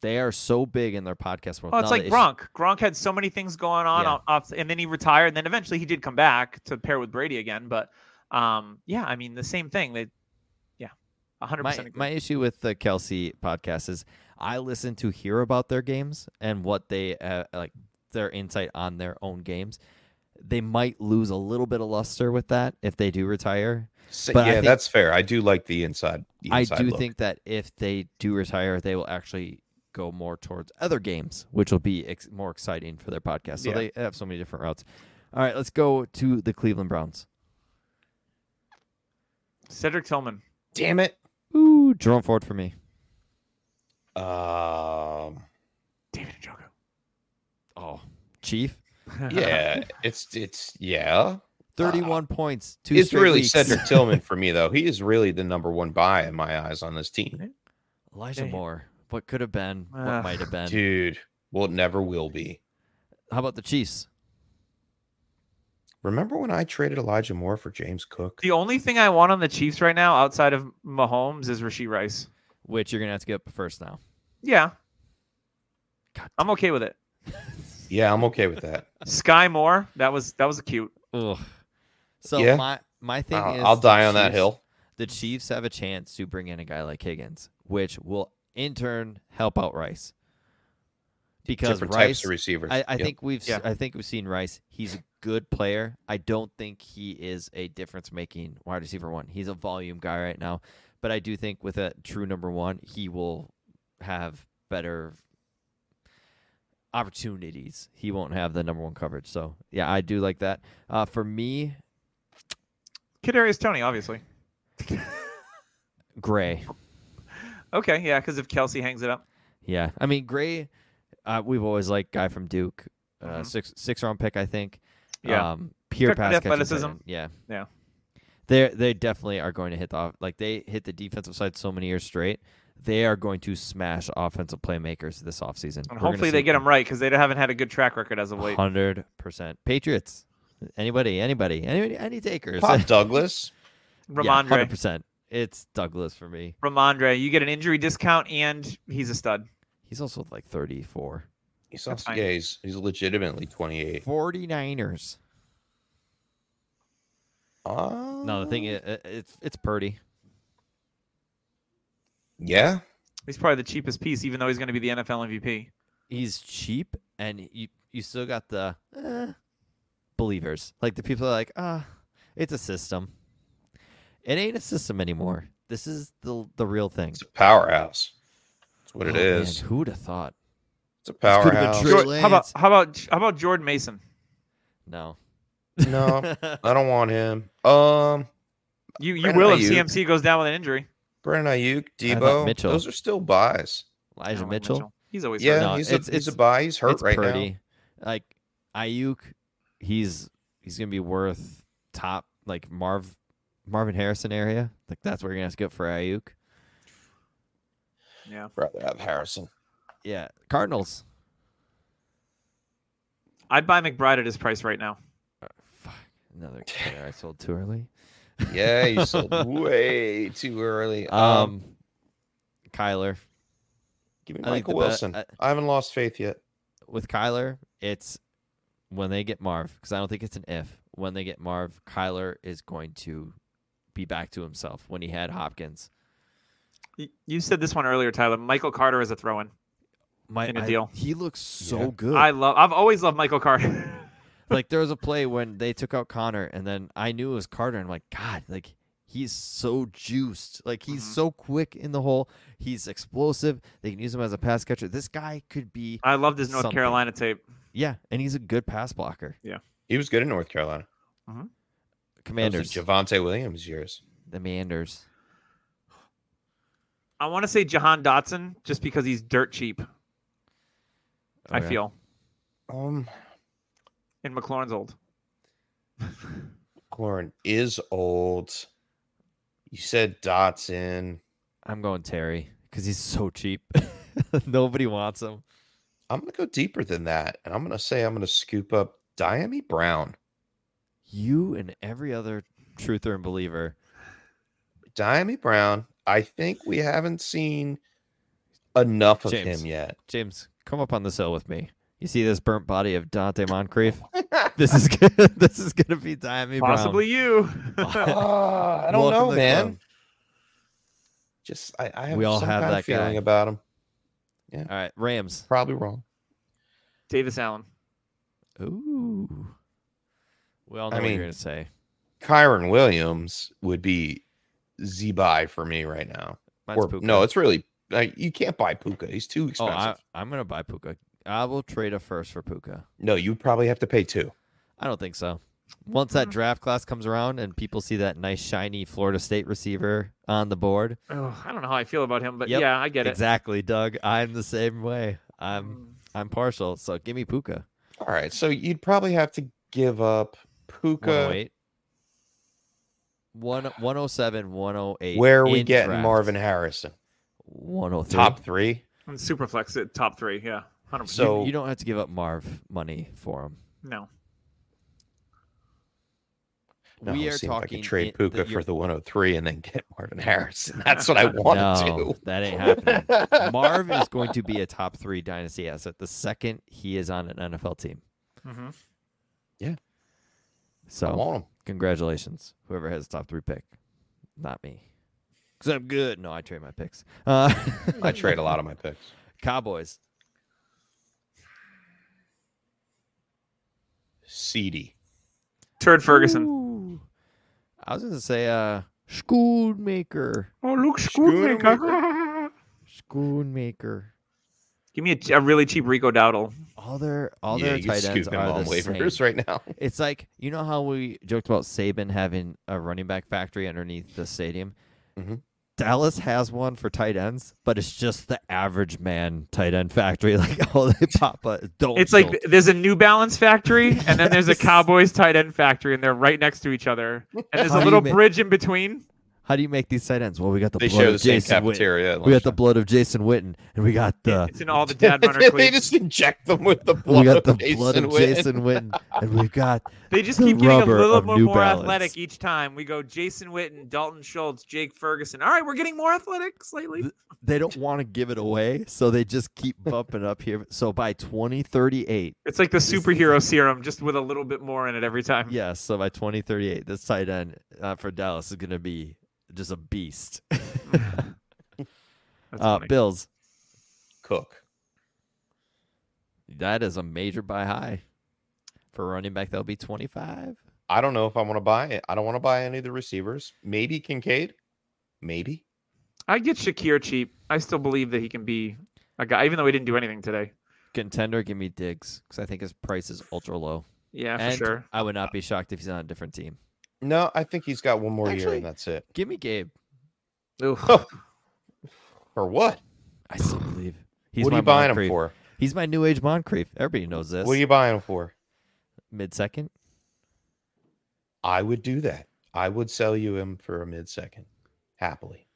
[SPEAKER 2] They are so big in their podcast world.
[SPEAKER 1] oh, it's
[SPEAKER 2] Now
[SPEAKER 1] like
[SPEAKER 2] the issue-
[SPEAKER 1] Gronk. Gronk had so many things going on
[SPEAKER 2] Yeah.
[SPEAKER 1] o- off, and then he retired, and then eventually he did come back to pair with Brady again. But um, yeah, I mean the same thing. They, yeah, hundred
[SPEAKER 2] my,
[SPEAKER 1] percent.
[SPEAKER 2] my issue with the Kelsey podcast is I listen to hear about their games and what they uh, like their insight on their own games. They might lose a little bit of luster with that if they do retire.
[SPEAKER 3] So,
[SPEAKER 2] But I
[SPEAKER 3] yeah,
[SPEAKER 2] think-
[SPEAKER 3] that's fair. I do like the inside. The
[SPEAKER 2] I
[SPEAKER 3] inside
[SPEAKER 2] do
[SPEAKER 3] look.
[SPEAKER 2] think that if they do retire, they will actually go more towards other games, which will be ex- more exciting for their podcast. So
[SPEAKER 1] Yeah.
[SPEAKER 2] they have so many different routes. All right, let's go to the Cleveland Browns.
[SPEAKER 1] Cedric Tillman.
[SPEAKER 3] Damn it.
[SPEAKER 2] Ooh, Jerome Ford for me.
[SPEAKER 3] Um.
[SPEAKER 1] David Njoku.
[SPEAKER 2] Oh, Chief,
[SPEAKER 3] Uh, Yeah. it's it's yeah.
[SPEAKER 2] thirty-one points. Two
[SPEAKER 3] It's
[SPEAKER 2] straight
[SPEAKER 3] really
[SPEAKER 2] weeks.
[SPEAKER 3] Cedric Tillman for me though. He is really the number one buy in my eyes on this team,
[SPEAKER 2] Elijah
[SPEAKER 1] Dang.
[SPEAKER 2] Moore. What could have been, what
[SPEAKER 1] Ugh,
[SPEAKER 2] might have been.
[SPEAKER 3] Ah, dude. Well, it never will be.
[SPEAKER 2] How about the Chiefs?
[SPEAKER 3] Remember when I traded Elijah Moore for James Cook?
[SPEAKER 1] The only thing I want on the Chiefs right now, outside of Mahomes, is Rasheed Rice.
[SPEAKER 2] Which you're gonna have to get up first now.
[SPEAKER 1] Yeah,
[SPEAKER 2] God
[SPEAKER 1] I'm okay with it.
[SPEAKER 3] Yeah, I'm okay with that.
[SPEAKER 1] Sky Moore, that was that was cute.
[SPEAKER 2] Ugh. So
[SPEAKER 3] Yeah.
[SPEAKER 2] my my thing is
[SPEAKER 3] I'll, I'll
[SPEAKER 2] the
[SPEAKER 3] die on that
[SPEAKER 2] Chiefs-
[SPEAKER 3] hill.
[SPEAKER 2] The Chiefs have a chance to bring in a guy like Higgins, which will in turn help out Rice. Because
[SPEAKER 3] Different
[SPEAKER 2] Rice
[SPEAKER 3] types of receivers.
[SPEAKER 2] I, I
[SPEAKER 3] Yep.
[SPEAKER 2] think we've s-
[SPEAKER 1] Yeah.
[SPEAKER 2] I think we've seen Rice. He's a good player. I don't think he is a difference making wide receiver one. He's a volume guy right now, but I do think with a true number one, he will have better opportunities. He won't have the number one coverage. So yeah, I do like that. Uh, for me,
[SPEAKER 1] Kadarius Tony, obviously.
[SPEAKER 2] Gray.
[SPEAKER 1] Okay, yeah, because if Kelsey hangs it up,
[SPEAKER 2] Yeah, I mean Gray. Uh, we've always liked guy from Duke, uh,
[SPEAKER 1] Mhm.
[SPEAKER 2] six six round pick, I think.
[SPEAKER 1] Yeah.
[SPEAKER 2] um, pure
[SPEAKER 1] Check with
[SPEAKER 2] pass catching tight
[SPEAKER 1] athleticism.
[SPEAKER 2] end, Yeah,
[SPEAKER 1] Yeah.
[SPEAKER 2] They they definitely are going to hit the off- like they hit the defensive side so many years straight. They are going to smash offensive playmakers this offseason.
[SPEAKER 1] and hopefully they get him right because they haven't had a good track record as of late.
[SPEAKER 2] Hundred percent Patriots. Anybody, anybody, anybody, any takers?
[SPEAKER 3] Pop Douglas.
[SPEAKER 1] Ramondre,
[SPEAKER 2] hundred percent. It's Douglas for me.
[SPEAKER 1] Ramondre, you get an injury discount, and he's a stud.
[SPEAKER 2] He's also like 34.
[SPEAKER 3] He's also,
[SPEAKER 1] fine.
[SPEAKER 3] yeah, he's, he's legitimately 28.
[SPEAKER 2] 49ers.
[SPEAKER 3] Uh,
[SPEAKER 2] No, the thing is, uh, it's it's Purdy.
[SPEAKER 3] Yeah.
[SPEAKER 1] He's probably the cheapest piece, even though he's going to be the NFL MVP.
[SPEAKER 2] He's cheap, and you you still got the eh, believers, like the people that are like, ah, it's a system. It ain't a system anymore. This is the the real thing.
[SPEAKER 3] It's a powerhouse. That's what it
[SPEAKER 2] Oh, man,
[SPEAKER 3] is.
[SPEAKER 2] who'd have thought?
[SPEAKER 3] It's a
[SPEAKER 2] could've been
[SPEAKER 3] powerhouse.
[SPEAKER 2] Trey
[SPEAKER 1] Jor- how about
[SPEAKER 2] Lance.
[SPEAKER 1] how about how about Jordan Mason?
[SPEAKER 2] No.
[SPEAKER 3] No, I don't want him. Um,
[SPEAKER 1] You you
[SPEAKER 3] Brandon
[SPEAKER 1] will if
[SPEAKER 3] Ayuk.
[SPEAKER 1] CMC goes down with an injury.
[SPEAKER 3] Brandon Ayuk,
[SPEAKER 2] thought
[SPEAKER 3] Debo,
[SPEAKER 2] Mitchell.
[SPEAKER 3] those are still buys.
[SPEAKER 2] Elijah
[SPEAKER 1] Down with
[SPEAKER 2] Mitchell.
[SPEAKER 1] He's always
[SPEAKER 3] yeah,
[SPEAKER 1] hurt.
[SPEAKER 2] No,
[SPEAKER 3] he's,
[SPEAKER 2] it's-
[SPEAKER 3] a, he's a
[SPEAKER 2] it's-
[SPEAKER 3] buy. He's hurt
[SPEAKER 2] it's
[SPEAKER 3] right now.
[SPEAKER 2] Purdy. Like Ayuk, he's he's gonna be worth top like Marv Marvin Harrison area. Like that's where you're gonna have to go for Ayuk.
[SPEAKER 1] Yeah.
[SPEAKER 3] Rather have Harrison.
[SPEAKER 2] Yeah, Cardinals.
[SPEAKER 1] I'd buy McBride at his price right now.
[SPEAKER 3] Uh,
[SPEAKER 2] Oh, fuck, another player I sold too early.
[SPEAKER 3] Yeah, you sold way too early.
[SPEAKER 2] Um,
[SPEAKER 3] Um,
[SPEAKER 2] Kyler
[SPEAKER 3] give me
[SPEAKER 2] I think
[SPEAKER 3] Michael
[SPEAKER 2] the be-
[SPEAKER 3] Wilson.
[SPEAKER 2] I-
[SPEAKER 3] I haven't lost faith yet.
[SPEAKER 2] with Kyler, it's when they get Marv because I don't think it's an if. When they get Marv, Kyler is going to be back to himself when he had Hopkins.
[SPEAKER 1] Y- You said this one earlier, Tyler. Michael Carter is a throw-in.
[SPEAKER 2] My,
[SPEAKER 1] In a
[SPEAKER 2] I-
[SPEAKER 1] deal.
[SPEAKER 2] he looks so
[SPEAKER 3] Yeah.
[SPEAKER 2] good.
[SPEAKER 1] I love. I've always loved Michael Carter.
[SPEAKER 2] like there was a play when they took out Connor, and then I knew it was Carter, and I'm like, God, like he's so juiced, like he's
[SPEAKER 1] Mhm.
[SPEAKER 2] so quick in the hole, he's explosive. They can use him as a pass catcher. This guy could be,
[SPEAKER 1] I loved his North
[SPEAKER 2] Something.
[SPEAKER 1] Carolina tape.
[SPEAKER 2] yeah, and he's a good pass blocker.
[SPEAKER 3] He was good in North Carolina.
[SPEAKER 2] Commanders,
[SPEAKER 3] Javante Williams years.
[SPEAKER 2] the Manders.
[SPEAKER 1] I want to say Jahan Dotson just because he's dirt cheap. I
[SPEAKER 2] Okay.
[SPEAKER 1] feel
[SPEAKER 3] Um,
[SPEAKER 1] in McLaurin's old.
[SPEAKER 3] Corn is old. You said Dotson.
[SPEAKER 2] I'm going Terry because he's so cheap. Nobody wants him.
[SPEAKER 3] I'm gonna go deeper than that, and I'm gonna say I'm gonna scoop up Diami Brown.
[SPEAKER 2] You and every other truther and believer.
[SPEAKER 3] Diami Brown. I think we haven't seen enough of
[SPEAKER 2] James.
[SPEAKER 3] him yet.
[SPEAKER 2] James, come up on this hill with me. You see this burnt body of Dante Moncrief? this is gonna, this is gonna be Diami Brown.
[SPEAKER 1] Possibly you.
[SPEAKER 3] Ah, I don't
[SPEAKER 2] Welcome to
[SPEAKER 3] know,
[SPEAKER 2] the
[SPEAKER 3] man.
[SPEAKER 2] club.
[SPEAKER 3] Just I, I have
[SPEAKER 2] We all
[SPEAKER 3] some
[SPEAKER 2] have
[SPEAKER 3] kind
[SPEAKER 2] that
[SPEAKER 3] of feeling
[SPEAKER 2] guy.
[SPEAKER 3] about him.
[SPEAKER 2] All right, Rams.
[SPEAKER 3] Probably wrong.
[SPEAKER 1] Davis Allen.
[SPEAKER 2] Ooh. We all know
[SPEAKER 3] I
[SPEAKER 2] what
[SPEAKER 3] mean-
[SPEAKER 2] you're gonna say.
[SPEAKER 3] Kyron Williams would be Z buy for me right now.
[SPEAKER 2] Mine's
[SPEAKER 3] Or
[SPEAKER 2] Puka.
[SPEAKER 3] no, it's really like, you can't buy Puka. He's too
[SPEAKER 2] oh,
[SPEAKER 3] expensive.
[SPEAKER 2] I, I'm gonna buy Puka. I will trade a first for Puka.
[SPEAKER 3] No, you probably have to pay two.
[SPEAKER 2] I don't think so. Once
[SPEAKER 3] Mm.
[SPEAKER 2] that draft class comes around and people see that nice shiny Florida State receiver on the board,
[SPEAKER 1] Oh, I don't know how I feel about him, but
[SPEAKER 2] Yep,
[SPEAKER 1] yeah, I get it. Mm.
[SPEAKER 2] exactly, Doug. I'm the same way. I'm
[SPEAKER 3] Mm.
[SPEAKER 2] I'm partial, so give me Puka.
[SPEAKER 3] All right, so you'd probably have to give up Puka.
[SPEAKER 2] 108. One, 107, 108.
[SPEAKER 3] Where are we
[SPEAKER 2] in
[SPEAKER 3] getting
[SPEAKER 2] draft.
[SPEAKER 3] Marvin Harrison?
[SPEAKER 2] 103.
[SPEAKER 3] Top three.
[SPEAKER 1] I'm super flex at top three. Yeah, hundred percent.
[SPEAKER 3] So
[SPEAKER 2] You don't have to give up Marv money for him.
[SPEAKER 1] No,
[SPEAKER 3] No,
[SPEAKER 2] we
[SPEAKER 3] I'll
[SPEAKER 2] are
[SPEAKER 3] see if I
[SPEAKER 2] talking
[SPEAKER 3] could trade
[SPEAKER 2] in-
[SPEAKER 3] Puka
[SPEAKER 2] that you're-
[SPEAKER 3] for the 103 and then get Marvin Harrison. That's what I want
[SPEAKER 2] no, that ain't happening.
[SPEAKER 3] to do.
[SPEAKER 2] Marv is going to be a top three dynasty asset the second he is on an NFL team.
[SPEAKER 1] Mhm.
[SPEAKER 3] I
[SPEAKER 2] So
[SPEAKER 3] want him.
[SPEAKER 2] congratulations, whoever has top three pick, not me, because I'm good. No, I trade my picks. Uh,
[SPEAKER 3] I trade a lot of my picks.
[SPEAKER 2] Cowboys.
[SPEAKER 3] CD.
[SPEAKER 1] Turd Ferguson.
[SPEAKER 2] Ooh. I was gonna say uh, Schoonmaker.
[SPEAKER 1] Oh, Luke
[SPEAKER 3] Schoonmaker.
[SPEAKER 2] Schoonmaker.
[SPEAKER 1] Give me a, a really cheap Rico Dowdle.
[SPEAKER 2] All their all
[SPEAKER 3] yeah,
[SPEAKER 2] their
[SPEAKER 3] you
[SPEAKER 2] tight
[SPEAKER 3] scoop
[SPEAKER 2] ends
[SPEAKER 3] him
[SPEAKER 2] are
[SPEAKER 3] on
[SPEAKER 2] the same.
[SPEAKER 3] waivers right now.
[SPEAKER 2] It's like you know how we joked about Saban having a running back factory underneath the stadium.
[SPEAKER 3] Mhm.
[SPEAKER 2] Dallas has one for tight ends, but it's just the average man tight end factory. Like all they pop up, don't.
[SPEAKER 1] It's like there's a New Balance factory, and then there's a
[SPEAKER 2] Yes.
[SPEAKER 1] Cowboys tight end factory, and they're right next to each other. And there's
[SPEAKER 2] How
[SPEAKER 1] a
[SPEAKER 2] do you
[SPEAKER 1] little
[SPEAKER 2] ma-
[SPEAKER 1] bridge in between.
[SPEAKER 2] How do you make these tight ends? Well, we got the
[SPEAKER 3] They
[SPEAKER 2] blood
[SPEAKER 3] share
[SPEAKER 2] of
[SPEAKER 3] the same
[SPEAKER 2] Jason Witten.
[SPEAKER 3] cafeteria. at
[SPEAKER 2] We got the
[SPEAKER 3] lunchtime.
[SPEAKER 2] blood of Jason Witten, and we got the
[SPEAKER 1] it's in all the dad runner
[SPEAKER 3] they
[SPEAKER 1] cleats.
[SPEAKER 3] just inject them with the
[SPEAKER 2] we
[SPEAKER 3] blood
[SPEAKER 2] got the
[SPEAKER 3] of Jason
[SPEAKER 2] blood of
[SPEAKER 3] Witten.
[SPEAKER 2] Jason Witten, and we've got
[SPEAKER 1] They just
[SPEAKER 2] the
[SPEAKER 1] keep getting a
[SPEAKER 2] rubber
[SPEAKER 1] little
[SPEAKER 2] of
[SPEAKER 1] more,
[SPEAKER 2] New
[SPEAKER 1] more
[SPEAKER 2] Balance.
[SPEAKER 1] athletic each time. We go Jason Witten, Dalton Schultz, Jake Ferguson. All right, we're getting more athletic slightly.
[SPEAKER 2] Th- they don't want to give it away, so they just keep bumping up here. So by 2038,
[SPEAKER 1] It's like the superhero serum, just with a little bit more in it every time.
[SPEAKER 2] yes, so by 2038, this tight end uh, for Dallas is going to be just a beast.
[SPEAKER 1] That's
[SPEAKER 2] Uh,
[SPEAKER 1] funny.
[SPEAKER 2] Bills,
[SPEAKER 3] Cook.
[SPEAKER 2] that is a major buy high for a running back. That'll be 25.
[SPEAKER 3] I don't know if I want to buy it. I don't want to buy any of the receivers. Maybe Kincaid. Maybe.
[SPEAKER 1] I get Shakir cheap. I still believe that he can be a guy, even though he didn't do anything today.
[SPEAKER 2] Contender, give me Diggs because I think his price is ultra low.
[SPEAKER 1] Yeah, for
[SPEAKER 2] and
[SPEAKER 1] sure.
[SPEAKER 2] I would not be shocked if he's on a different team.
[SPEAKER 3] No, I think he's got one more year
[SPEAKER 2] Actually-
[SPEAKER 3] and that's it.
[SPEAKER 2] Give me Gabe.
[SPEAKER 3] Or what?
[SPEAKER 2] I still believe. He's
[SPEAKER 3] what are
[SPEAKER 2] my
[SPEAKER 3] you buying
[SPEAKER 2] Moncrief.
[SPEAKER 3] him for?
[SPEAKER 2] He's my new age Moncrief. Everybody knows this.
[SPEAKER 3] What are you buying him for?
[SPEAKER 2] Mid second.
[SPEAKER 3] I would do that. I would sell you him for a mid second. Happily.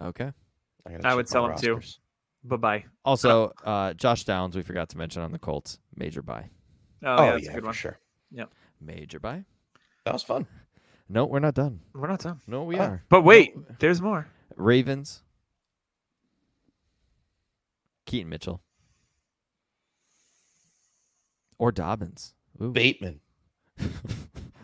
[SPEAKER 2] Okay.
[SPEAKER 3] gotta
[SPEAKER 1] I
[SPEAKER 3] check
[SPEAKER 1] would
[SPEAKER 3] my
[SPEAKER 1] sell him too. Bye bye.
[SPEAKER 2] Also, uh, Josh Downs, we forgot to mention on the Colts. Major buy.
[SPEAKER 1] Oh,
[SPEAKER 3] Oh,
[SPEAKER 1] yeah,
[SPEAKER 3] yeah,
[SPEAKER 1] that's a good
[SPEAKER 3] for
[SPEAKER 1] one.
[SPEAKER 3] sure.
[SPEAKER 2] Major buy.
[SPEAKER 3] That was fun.
[SPEAKER 2] No, we're not done.
[SPEAKER 1] We're not done.
[SPEAKER 2] No, we
[SPEAKER 3] Oh.
[SPEAKER 2] are.
[SPEAKER 1] But wait, there's more.
[SPEAKER 2] Ravens. Keaton Mitchell. Or Dobbins. Ooh.
[SPEAKER 3] Bateman.
[SPEAKER 2] Just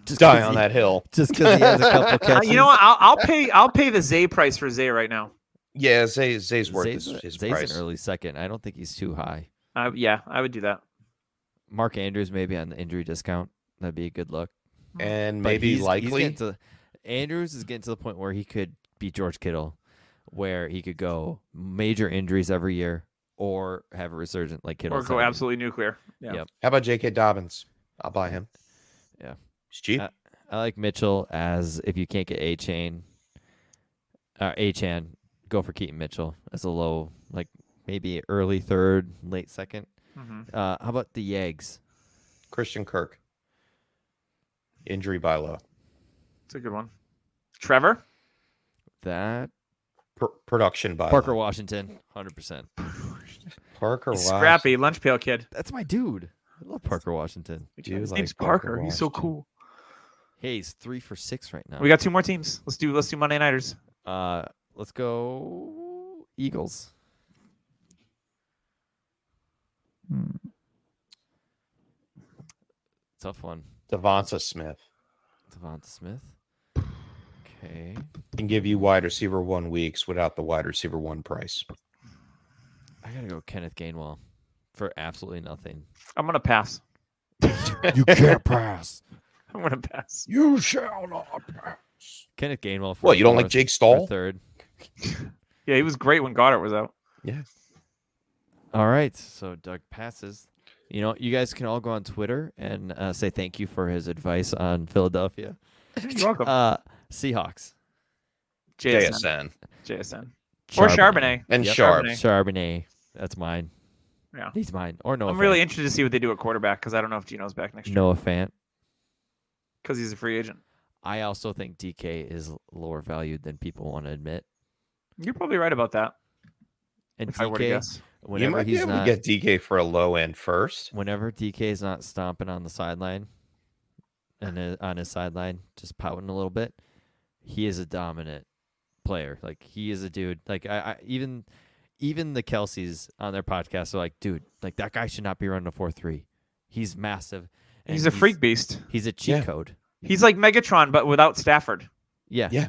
[SPEAKER 2] 'cause
[SPEAKER 3] Die on
[SPEAKER 2] he-
[SPEAKER 3] that hill.
[SPEAKER 2] Just because he has a couple
[SPEAKER 1] Uh,
[SPEAKER 2] catches.
[SPEAKER 1] you know what? I'll, I'll pay. I'll pay the Zay price for Zay right now.
[SPEAKER 3] Yeah, Zay, Zay's worth
[SPEAKER 2] Zay's,
[SPEAKER 3] his, his
[SPEAKER 2] Zay's
[SPEAKER 3] price.
[SPEAKER 2] an early second. I don't think he's too high.
[SPEAKER 1] Uh, yeah, I would do that.
[SPEAKER 2] Mark Andrews maybe on the injury discount. That'd be a good look.
[SPEAKER 3] and
[SPEAKER 2] But
[SPEAKER 3] maybe
[SPEAKER 2] he's- he's
[SPEAKER 3] likely
[SPEAKER 2] getting to- Andrews is getting to the point where he could be George Kittle, where he could go major injuries every year or have a resurgent like Kittle.
[SPEAKER 1] Or go absolutely nuclear. Yeah.
[SPEAKER 2] Yep.
[SPEAKER 3] How about J.K. Dobbins? I'll buy him.
[SPEAKER 2] Yeah.
[SPEAKER 3] He's cheap.
[SPEAKER 2] Uh, I like Mitchell as if you can't get A Chain, uh, A Chan, go for Keaton Mitchell as a low, like maybe early third, late second.
[SPEAKER 1] hmm
[SPEAKER 2] Uh, how about the Yeggs?
[SPEAKER 3] Christian Kirk. Injury by low.
[SPEAKER 1] It's a good one. Trevor.
[SPEAKER 2] That
[SPEAKER 3] Pr- production by
[SPEAKER 2] Parker
[SPEAKER 3] low.
[SPEAKER 2] Washington, hundred percent.
[SPEAKER 3] Parker
[SPEAKER 1] He's
[SPEAKER 3] Wash-
[SPEAKER 1] scrappy lunch pail kid.
[SPEAKER 2] That's my dude. I love Parker Washington.
[SPEAKER 3] Do
[SPEAKER 1] His
[SPEAKER 3] like
[SPEAKER 1] name's
[SPEAKER 3] Parker
[SPEAKER 1] Parker. He's so
[SPEAKER 3] Washington.
[SPEAKER 1] cool.
[SPEAKER 2] Hayes three for six right now.
[SPEAKER 1] We got two more teams. Let's do. Let's do Monday nighters.
[SPEAKER 2] Uh, let's go Eagles. Hmm. Tough one,
[SPEAKER 3] Devonta Smith
[SPEAKER 2] Devonta Smith. Okay,
[SPEAKER 3] can give you wide receiver one weeks without the wide receiver one price.
[SPEAKER 2] I gotta go Kenneth Gainwell for absolutely nothing.
[SPEAKER 1] I'm gonna pass.
[SPEAKER 2] You can't pass,
[SPEAKER 1] I'm gonna pass.
[SPEAKER 3] You shall not.
[SPEAKER 2] Kenneth Gainwell. For
[SPEAKER 3] What, you don't like
[SPEAKER 2] fourth
[SPEAKER 3] Jake
[SPEAKER 2] or
[SPEAKER 3] Stahl?
[SPEAKER 2] Third.
[SPEAKER 1] Yeah, he was great when Goddard was out.
[SPEAKER 2] All right, so Doug passes. You know, you guys can all go on Twitter and uh, say thank you for his advice on Philadelphia.
[SPEAKER 1] You're welcome.
[SPEAKER 2] Uh, Seahawks.
[SPEAKER 1] JSN.
[SPEAKER 3] JSN
[SPEAKER 1] JSN. Or Charbonnet.
[SPEAKER 3] and
[SPEAKER 2] Yep.
[SPEAKER 3] Sharp.
[SPEAKER 1] Charbonnet.
[SPEAKER 2] Charbonnet. That's mine.
[SPEAKER 1] Yeah.
[SPEAKER 2] He's mine. Or Noah.
[SPEAKER 1] I'm really interested to see what they do at quarterback because I don't know if Gino's back next
[SPEAKER 2] Fant.
[SPEAKER 1] year
[SPEAKER 2] Noah Fant.
[SPEAKER 1] because he's a free agent.
[SPEAKER 2] I also think DK is l- lower valued than people want to admit.
[SPEAKER 1] You're probably right about that.
[SPEAKER 2] And
[SPEAKER 1] If I were to
[SPEAKER 2] DK,
[SPEAKER 1] guess,
[SPEAKER 3] You
[SPEAKER 2] whenever
[SPEAKER 3] might be
[SPEAKER 2] he's
[SPEAKER 3] able
[SPEAKER 2] not,
[SPEAKER 3] to get DK for a low end first.
[SPEAKER 2] whenever DK is not stomping on the sideline, and uh, on his sideline, just pouting a little bit, he is a dominant player. Like he is a dude. Like I, I even, even the Kelseys on their podcast are like, dude, like that guy should not be running a four three. He's massive. and
[SPEAKER 1] he's a freak beast.
[SPEAKER 2] He's a cheat
[SPEAKER 3] Yeah.
[SPEAKER 2] code.
[SPEAKER 1] He's like Megatron, but without Stafford.
[SPEAKER 2] Yeah.
[SPEAKER 3] Yeah.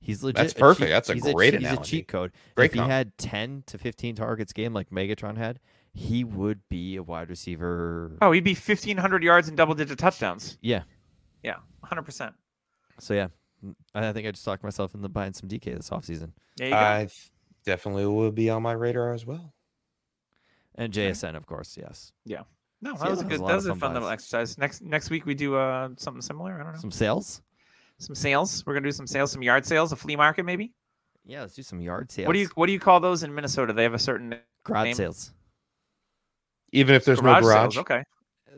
[SPEAKER 2] He's legit.
[SPEAKER 3] That's
[SPEAKER 2] a
[SPEAKER 3] perfect.
[SPEAKER 2] cheat-
[SPEAKER 3] That's a
[SPEAKER 2] he's
[SPEAKER 3] great
[SPEAKER 2] cheat- He's a
[SPEAKER 3] analogy.
[SPEAKER 2] cheat code.
[SPEAKER 3] Great
[SPEAKER 2] if he
[SPEAKER 3] comp.
[SPEAKER 2] had 10 to 15 targets game like Megatron had, he would be a wide receiver.
[SPEAKER 1] Oh, he'd be 1,500 yards and double digit touchdowns.
[SPEAKER 2] Yeah.
[SPEAKER 1] Yeah, 100%.
[SPEAKER 2] So, yeah. n- I I think I just talked myself into buying some DK this offseason.
[SPEAKER 1] There you go.
[SPEAKER 3] I definitely would be on my radar as well.
[SPEAKER 2] And JSN, of course. Yes.
[SPEAKER 1] no, that
[SPEAKER 2] yeah,
[SPEAKER 1] was a
[SPEAKER 2] that was
[SPEAKER 1] good,
[SPEAKER 2] a
[SPEAKER 1] that
[SPEAKER 2] lot of
[SPEAKER 1] was a
[SPEAKER 2] fun
[SPEAKER 1] fun little
[SPEAKER 2] buys.
[SPEAKER 1] exercise. Next next week we do uh, something similar. I don't know. Some,
[SPEAKER 2] Some sales.
[SPEAKER 1] sales. We're gonna do some sales, some yard sales, a flea market maybe.
[SPEAKER 2] Yeah. Let's do some yard sales.
[SPEAKER 1] What do you what do you call those in Minnesota? They have a certain
[SPEAKER 2] Garage
[SPEAKER 1] name?
[SPEAKER 2] sales.
[SPEAKER 3] Even if there's
[SPEAKER 1] garage,
[SPEAKER 3] no
[SPEAKER 1] sales.
[SPEAKER 3] garage,
[SPEAKER 1] Okay.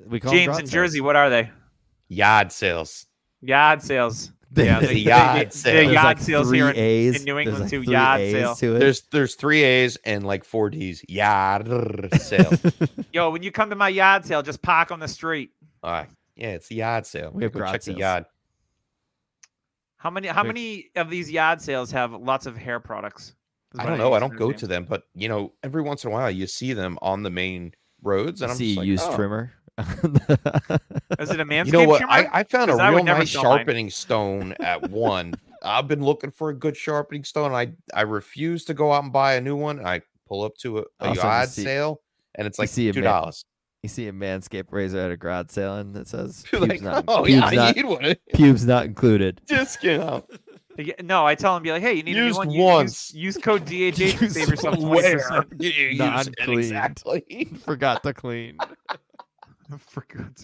[SPEAKER 2] We call 'em
[SPEAKER 1] James
[SPEAKER 2] garage
[SPEAKER 1] in
[SPEAKER 2] sales.
[SPEAKER 1] Jersey, what are they?
[SPEAKER 3] yard sales.
[SPEAKER 1] Yard sales. Yeah,
[SPEAKER 3] The
[SPEAKER 1] they-
[SPEAKER 3] yard
[SPEAKER 1] they-
[SPEAKER 3] sale.
[SPEAKER 1] the
[SPEAKER 3] There's
[SPEAKER 1] yard
[SPEAKER 2] like
[SPEAKER 1] sales
[SPEAKER 2] three
[SPEAKER 1] here in,
[SPEAKER 2] A's.
[SPEAKER 1] New
[SPEAKER 2] There's
[SPEAKER 1] England
[SPEAKER 2] like
[SPEAKER 1] too,
[SPEAKER 2] three
[SPEAKER 1] yard
[SPEAKER 2] A's
[SPEAKER 1] sale.
[SPEAKER 2] to it.
[SPEAKER 3] There's there's three A's and like four D's. Yard sale.
[SPEAKER 1] Yo, when you come to my yard sale, just park on the street.
[SPEAKER 3] All right. Yeah, it's the yard sale.
[SPEAKER 2] We have
[SPEAKER 3] Go
[SPEAKER 2] garage
[SPEAKER 3] check the
[SPEAKER 2] sales.
[SPEAKER 3] yard.
[SPEAKER 1] How many? How
[SPEAKER 2] There's-
[SPEAKER 1] many of these yard sales have lots of hair products? Is
[SPEAKER 3] I
[SPEAKER 1] what
[SPEAKER 3] don't know. I
[SPEAKER 1] used
[SPEAKER 3] don't go
[SPEAKER 1] understand.
[SPEAKER 3] to them, but you know, every once in a while you see them on the main roads, and I'm
[SPEAKER 2] See
[SPEAKER 3] just like,
[SPEAKER 2] used
[SPEAKER 3] oh.
[SPEAKER 2] trimmer.
[SPEAKER 1] Is it a manscaped
[SPEAKER 3] You know what? I,
[SPEAKER 1] trimmer?
[SPEAKER 3] I found a
[SPEAKER 1] 'Cause I would
[SPEAKER 3] real
[SPEAKER 1] never
[SPEAKER 3] nice
[SPEAKER 1] sell mine.
[SPEAKER 3] sharpening stone at one. I've been looking for a good sharpening stone. I I refuse to go out and buy a new one. I pull up to a, a
[SPEAKER 2] Also, you
[SPEAKER 3] yard
[SPEAKER 2] see-
[SPEAKER 3] sale, and it's
[SPEAKER 2] you
[SPEAKER 3] like
[SPEAKER 2] see a
[SPEAKER 3] two
[SPEAKER 2] man-
[SPEAKER 3] dollars.
[SPEAKER 2] you see a manscaped razor at a garage sale and it says
[SPEAKER 3] You're
[SPEAKER 2] pubes,
[SPEAKER 3] like,
[SPEAKER 2] not,
[SPEAKER 3] oh
[SPEAKER 2] pubes,
[SPEAKER 3] yeah, I
[SPEAKER 2] not,
[SPEAKER 3] need one.
[SPEAKER 2] pubes not included.
[SPEAKER 3] Discount.
[SPEAKER 1] Yeah, No, I tell them be like, hey, you need
[SPEAKER 3] Used
[SPEAKER 1] a new one.
[SPEAKER 3] once.
[SPEAKER 1] Use, use code DHH to
[SPEAKER 2] Used
[SPEAKER 1] save yourself
[SPEAKER 2] once.
[SPEAKER 1] twenty percent.
[SPEAKER 3] You use
[SPEAKER 2] Not
[SPEAKER 3] it,
[SPEAKER 2] clean.
[SPEAKER 3] Exactly.
[SPEAKER 2] Forgot to clean.
[SPEAKER 1] For God's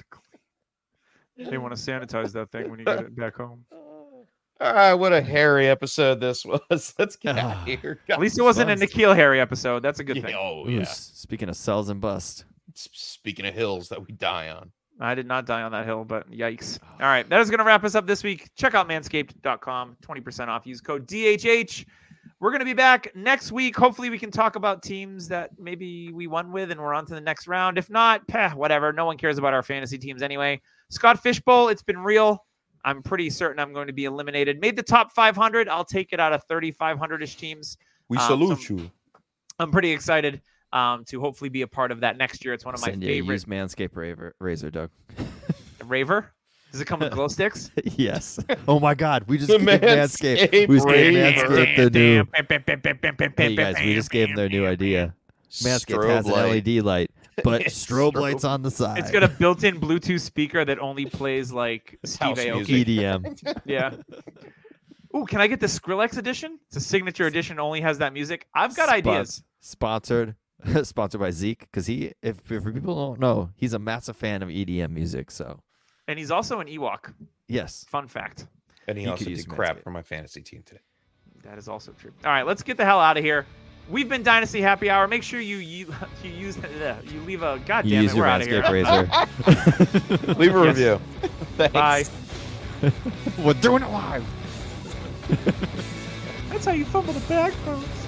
[SPEAKER 1] sake. They want to sanitize that thing when you get it back home.
[SPEAKER 3] All right, what a hairy episode this was. Let's get out
[SPEAKER 2] Ah.
[SPEAKER 3] of here.
[SPEAKER 1] At least it wasn't a
[SPEAKER 2] Sounds-
[SPEAKER 1] Nikhil Harry episode. That's a good
[SPEAKER 3] Yeah,
[SPEAKER 1] thing.
[SPEAKER 3] Oh
[SPEAKER 2] Ooh,
[SPEAKER 3] yeah.
[SPEAKER 2] s- Speaking of cells and bust.
[SPEAKER 3] S- Speaking of hills that we die on.
[SPEAKER 1] I did not die on that hill, but yikes.
[SPEAKER 2] Ah.
[SPEAKER 1] All right. That is going to wrap us up this week. Check out manscaped.com, 20% off. Use code DHH. We're going to be back next week. Hopefully, we can talk about teams that maybe we won with and we're on to the next round. If not, peh, whatever. No one cares about our fantasy teams anyway. Scott Fishbowl, it's been real. I'm pretty certain I'm going to be eliminated. Made the top 500. I'll take it out of 3,500 ish teams.
[SPEAKER 3] We
[SPEAKER 1] Um,
[SPEAKER 3] salute
[SPEAKER 1] so-
[SPEAKER 3] you.
[SPEAKER 1] I'm pretty excited um, to hopefully be a part of that next year. It's one of my
[SPEAKER 2] Send you a
[SPEAKER 1] favorite.
[SPEAKER 2] used manscaped raver, razor, Doug.
[SPEAKER 1] Raver? Does it come with glow sticks?
[SPEAKER 2] yes. Oh my God, we just
[SPEAKER 3] The
[SPEAKER 2] gave Manscaped.
[SPEAKER 3] Manscaped
[SPEAKER 2] We just gave
[SPEAKER 3] razor.
[SPEAKER 2] Manscaped their new. Hey,
[SPEAKER 1] Hey
[SPEAKER 2] you guys, we just gave them their new idea. Manscaped has an E
[SPEAKER 3] Strobe light.
[SPEAKER 2] LED light, but
[SPEAKER 3] It's
[SPEAKER 2] strobe
[SPEAKER 3] strobe.
[SPEAKER 2] lights on the side.
[SPEAKER 1] It's got a built-in Bluetooth speaker that only plays like Steve
[SPEAKER 3] House
[SPEAKER 1] Aoki.
[SPEAKER 3] music.
[SPEAKER 2] EDM.
[SPEAKER 1] Yeah. Ooh, can I get the Skrillex edition? It's a signature edition. Only has that music. I've got
[SPEAKER 2] Spons-
[SPEAKER 1] ideas.
[SPEAKER 2] Sponsored, sponsored by Zeke, because he, if, if people don't know, he's a massive fan of EDM music. So
[SPEAKER 1] And he's also an Ewok.
[SPEAKER 2] yes,
[SPEAKER 1] Fun fact.
[SPEAKER 3] And he
[SPEAKER 2] You
[SPEAKER 3] also
[SPEAKER 2] could use
[SPEAKER 3] did crap
[SPEAKER 2] Manscaped.
[SPEAKER 3] for my fantasy team today.
[SPEAKER 1] That is also true. All right, let's get the hell out of here. We've been Dynasty Happy Hour. Make sure you you, you use ugh, you leave a goddamn
[SPEAKER 2] you use
[SPEAKER 1] it.
[SPEAKER 2] your
[SPEAKER 1] We're out of
[SPEAKER 2] Manscaped
[SPEAKER 1] here.
[SPEAKER 2] razor.
[SPEAKER 3] Leave a
[SPEAKER 1] Yes.
[SPEAKER 3] review. Thanks.
[SPEAKER 1] Bye.
[SPEAKER 2] We're doing it live.
[SPEAKER 1] That's how you fumble the bag, folks.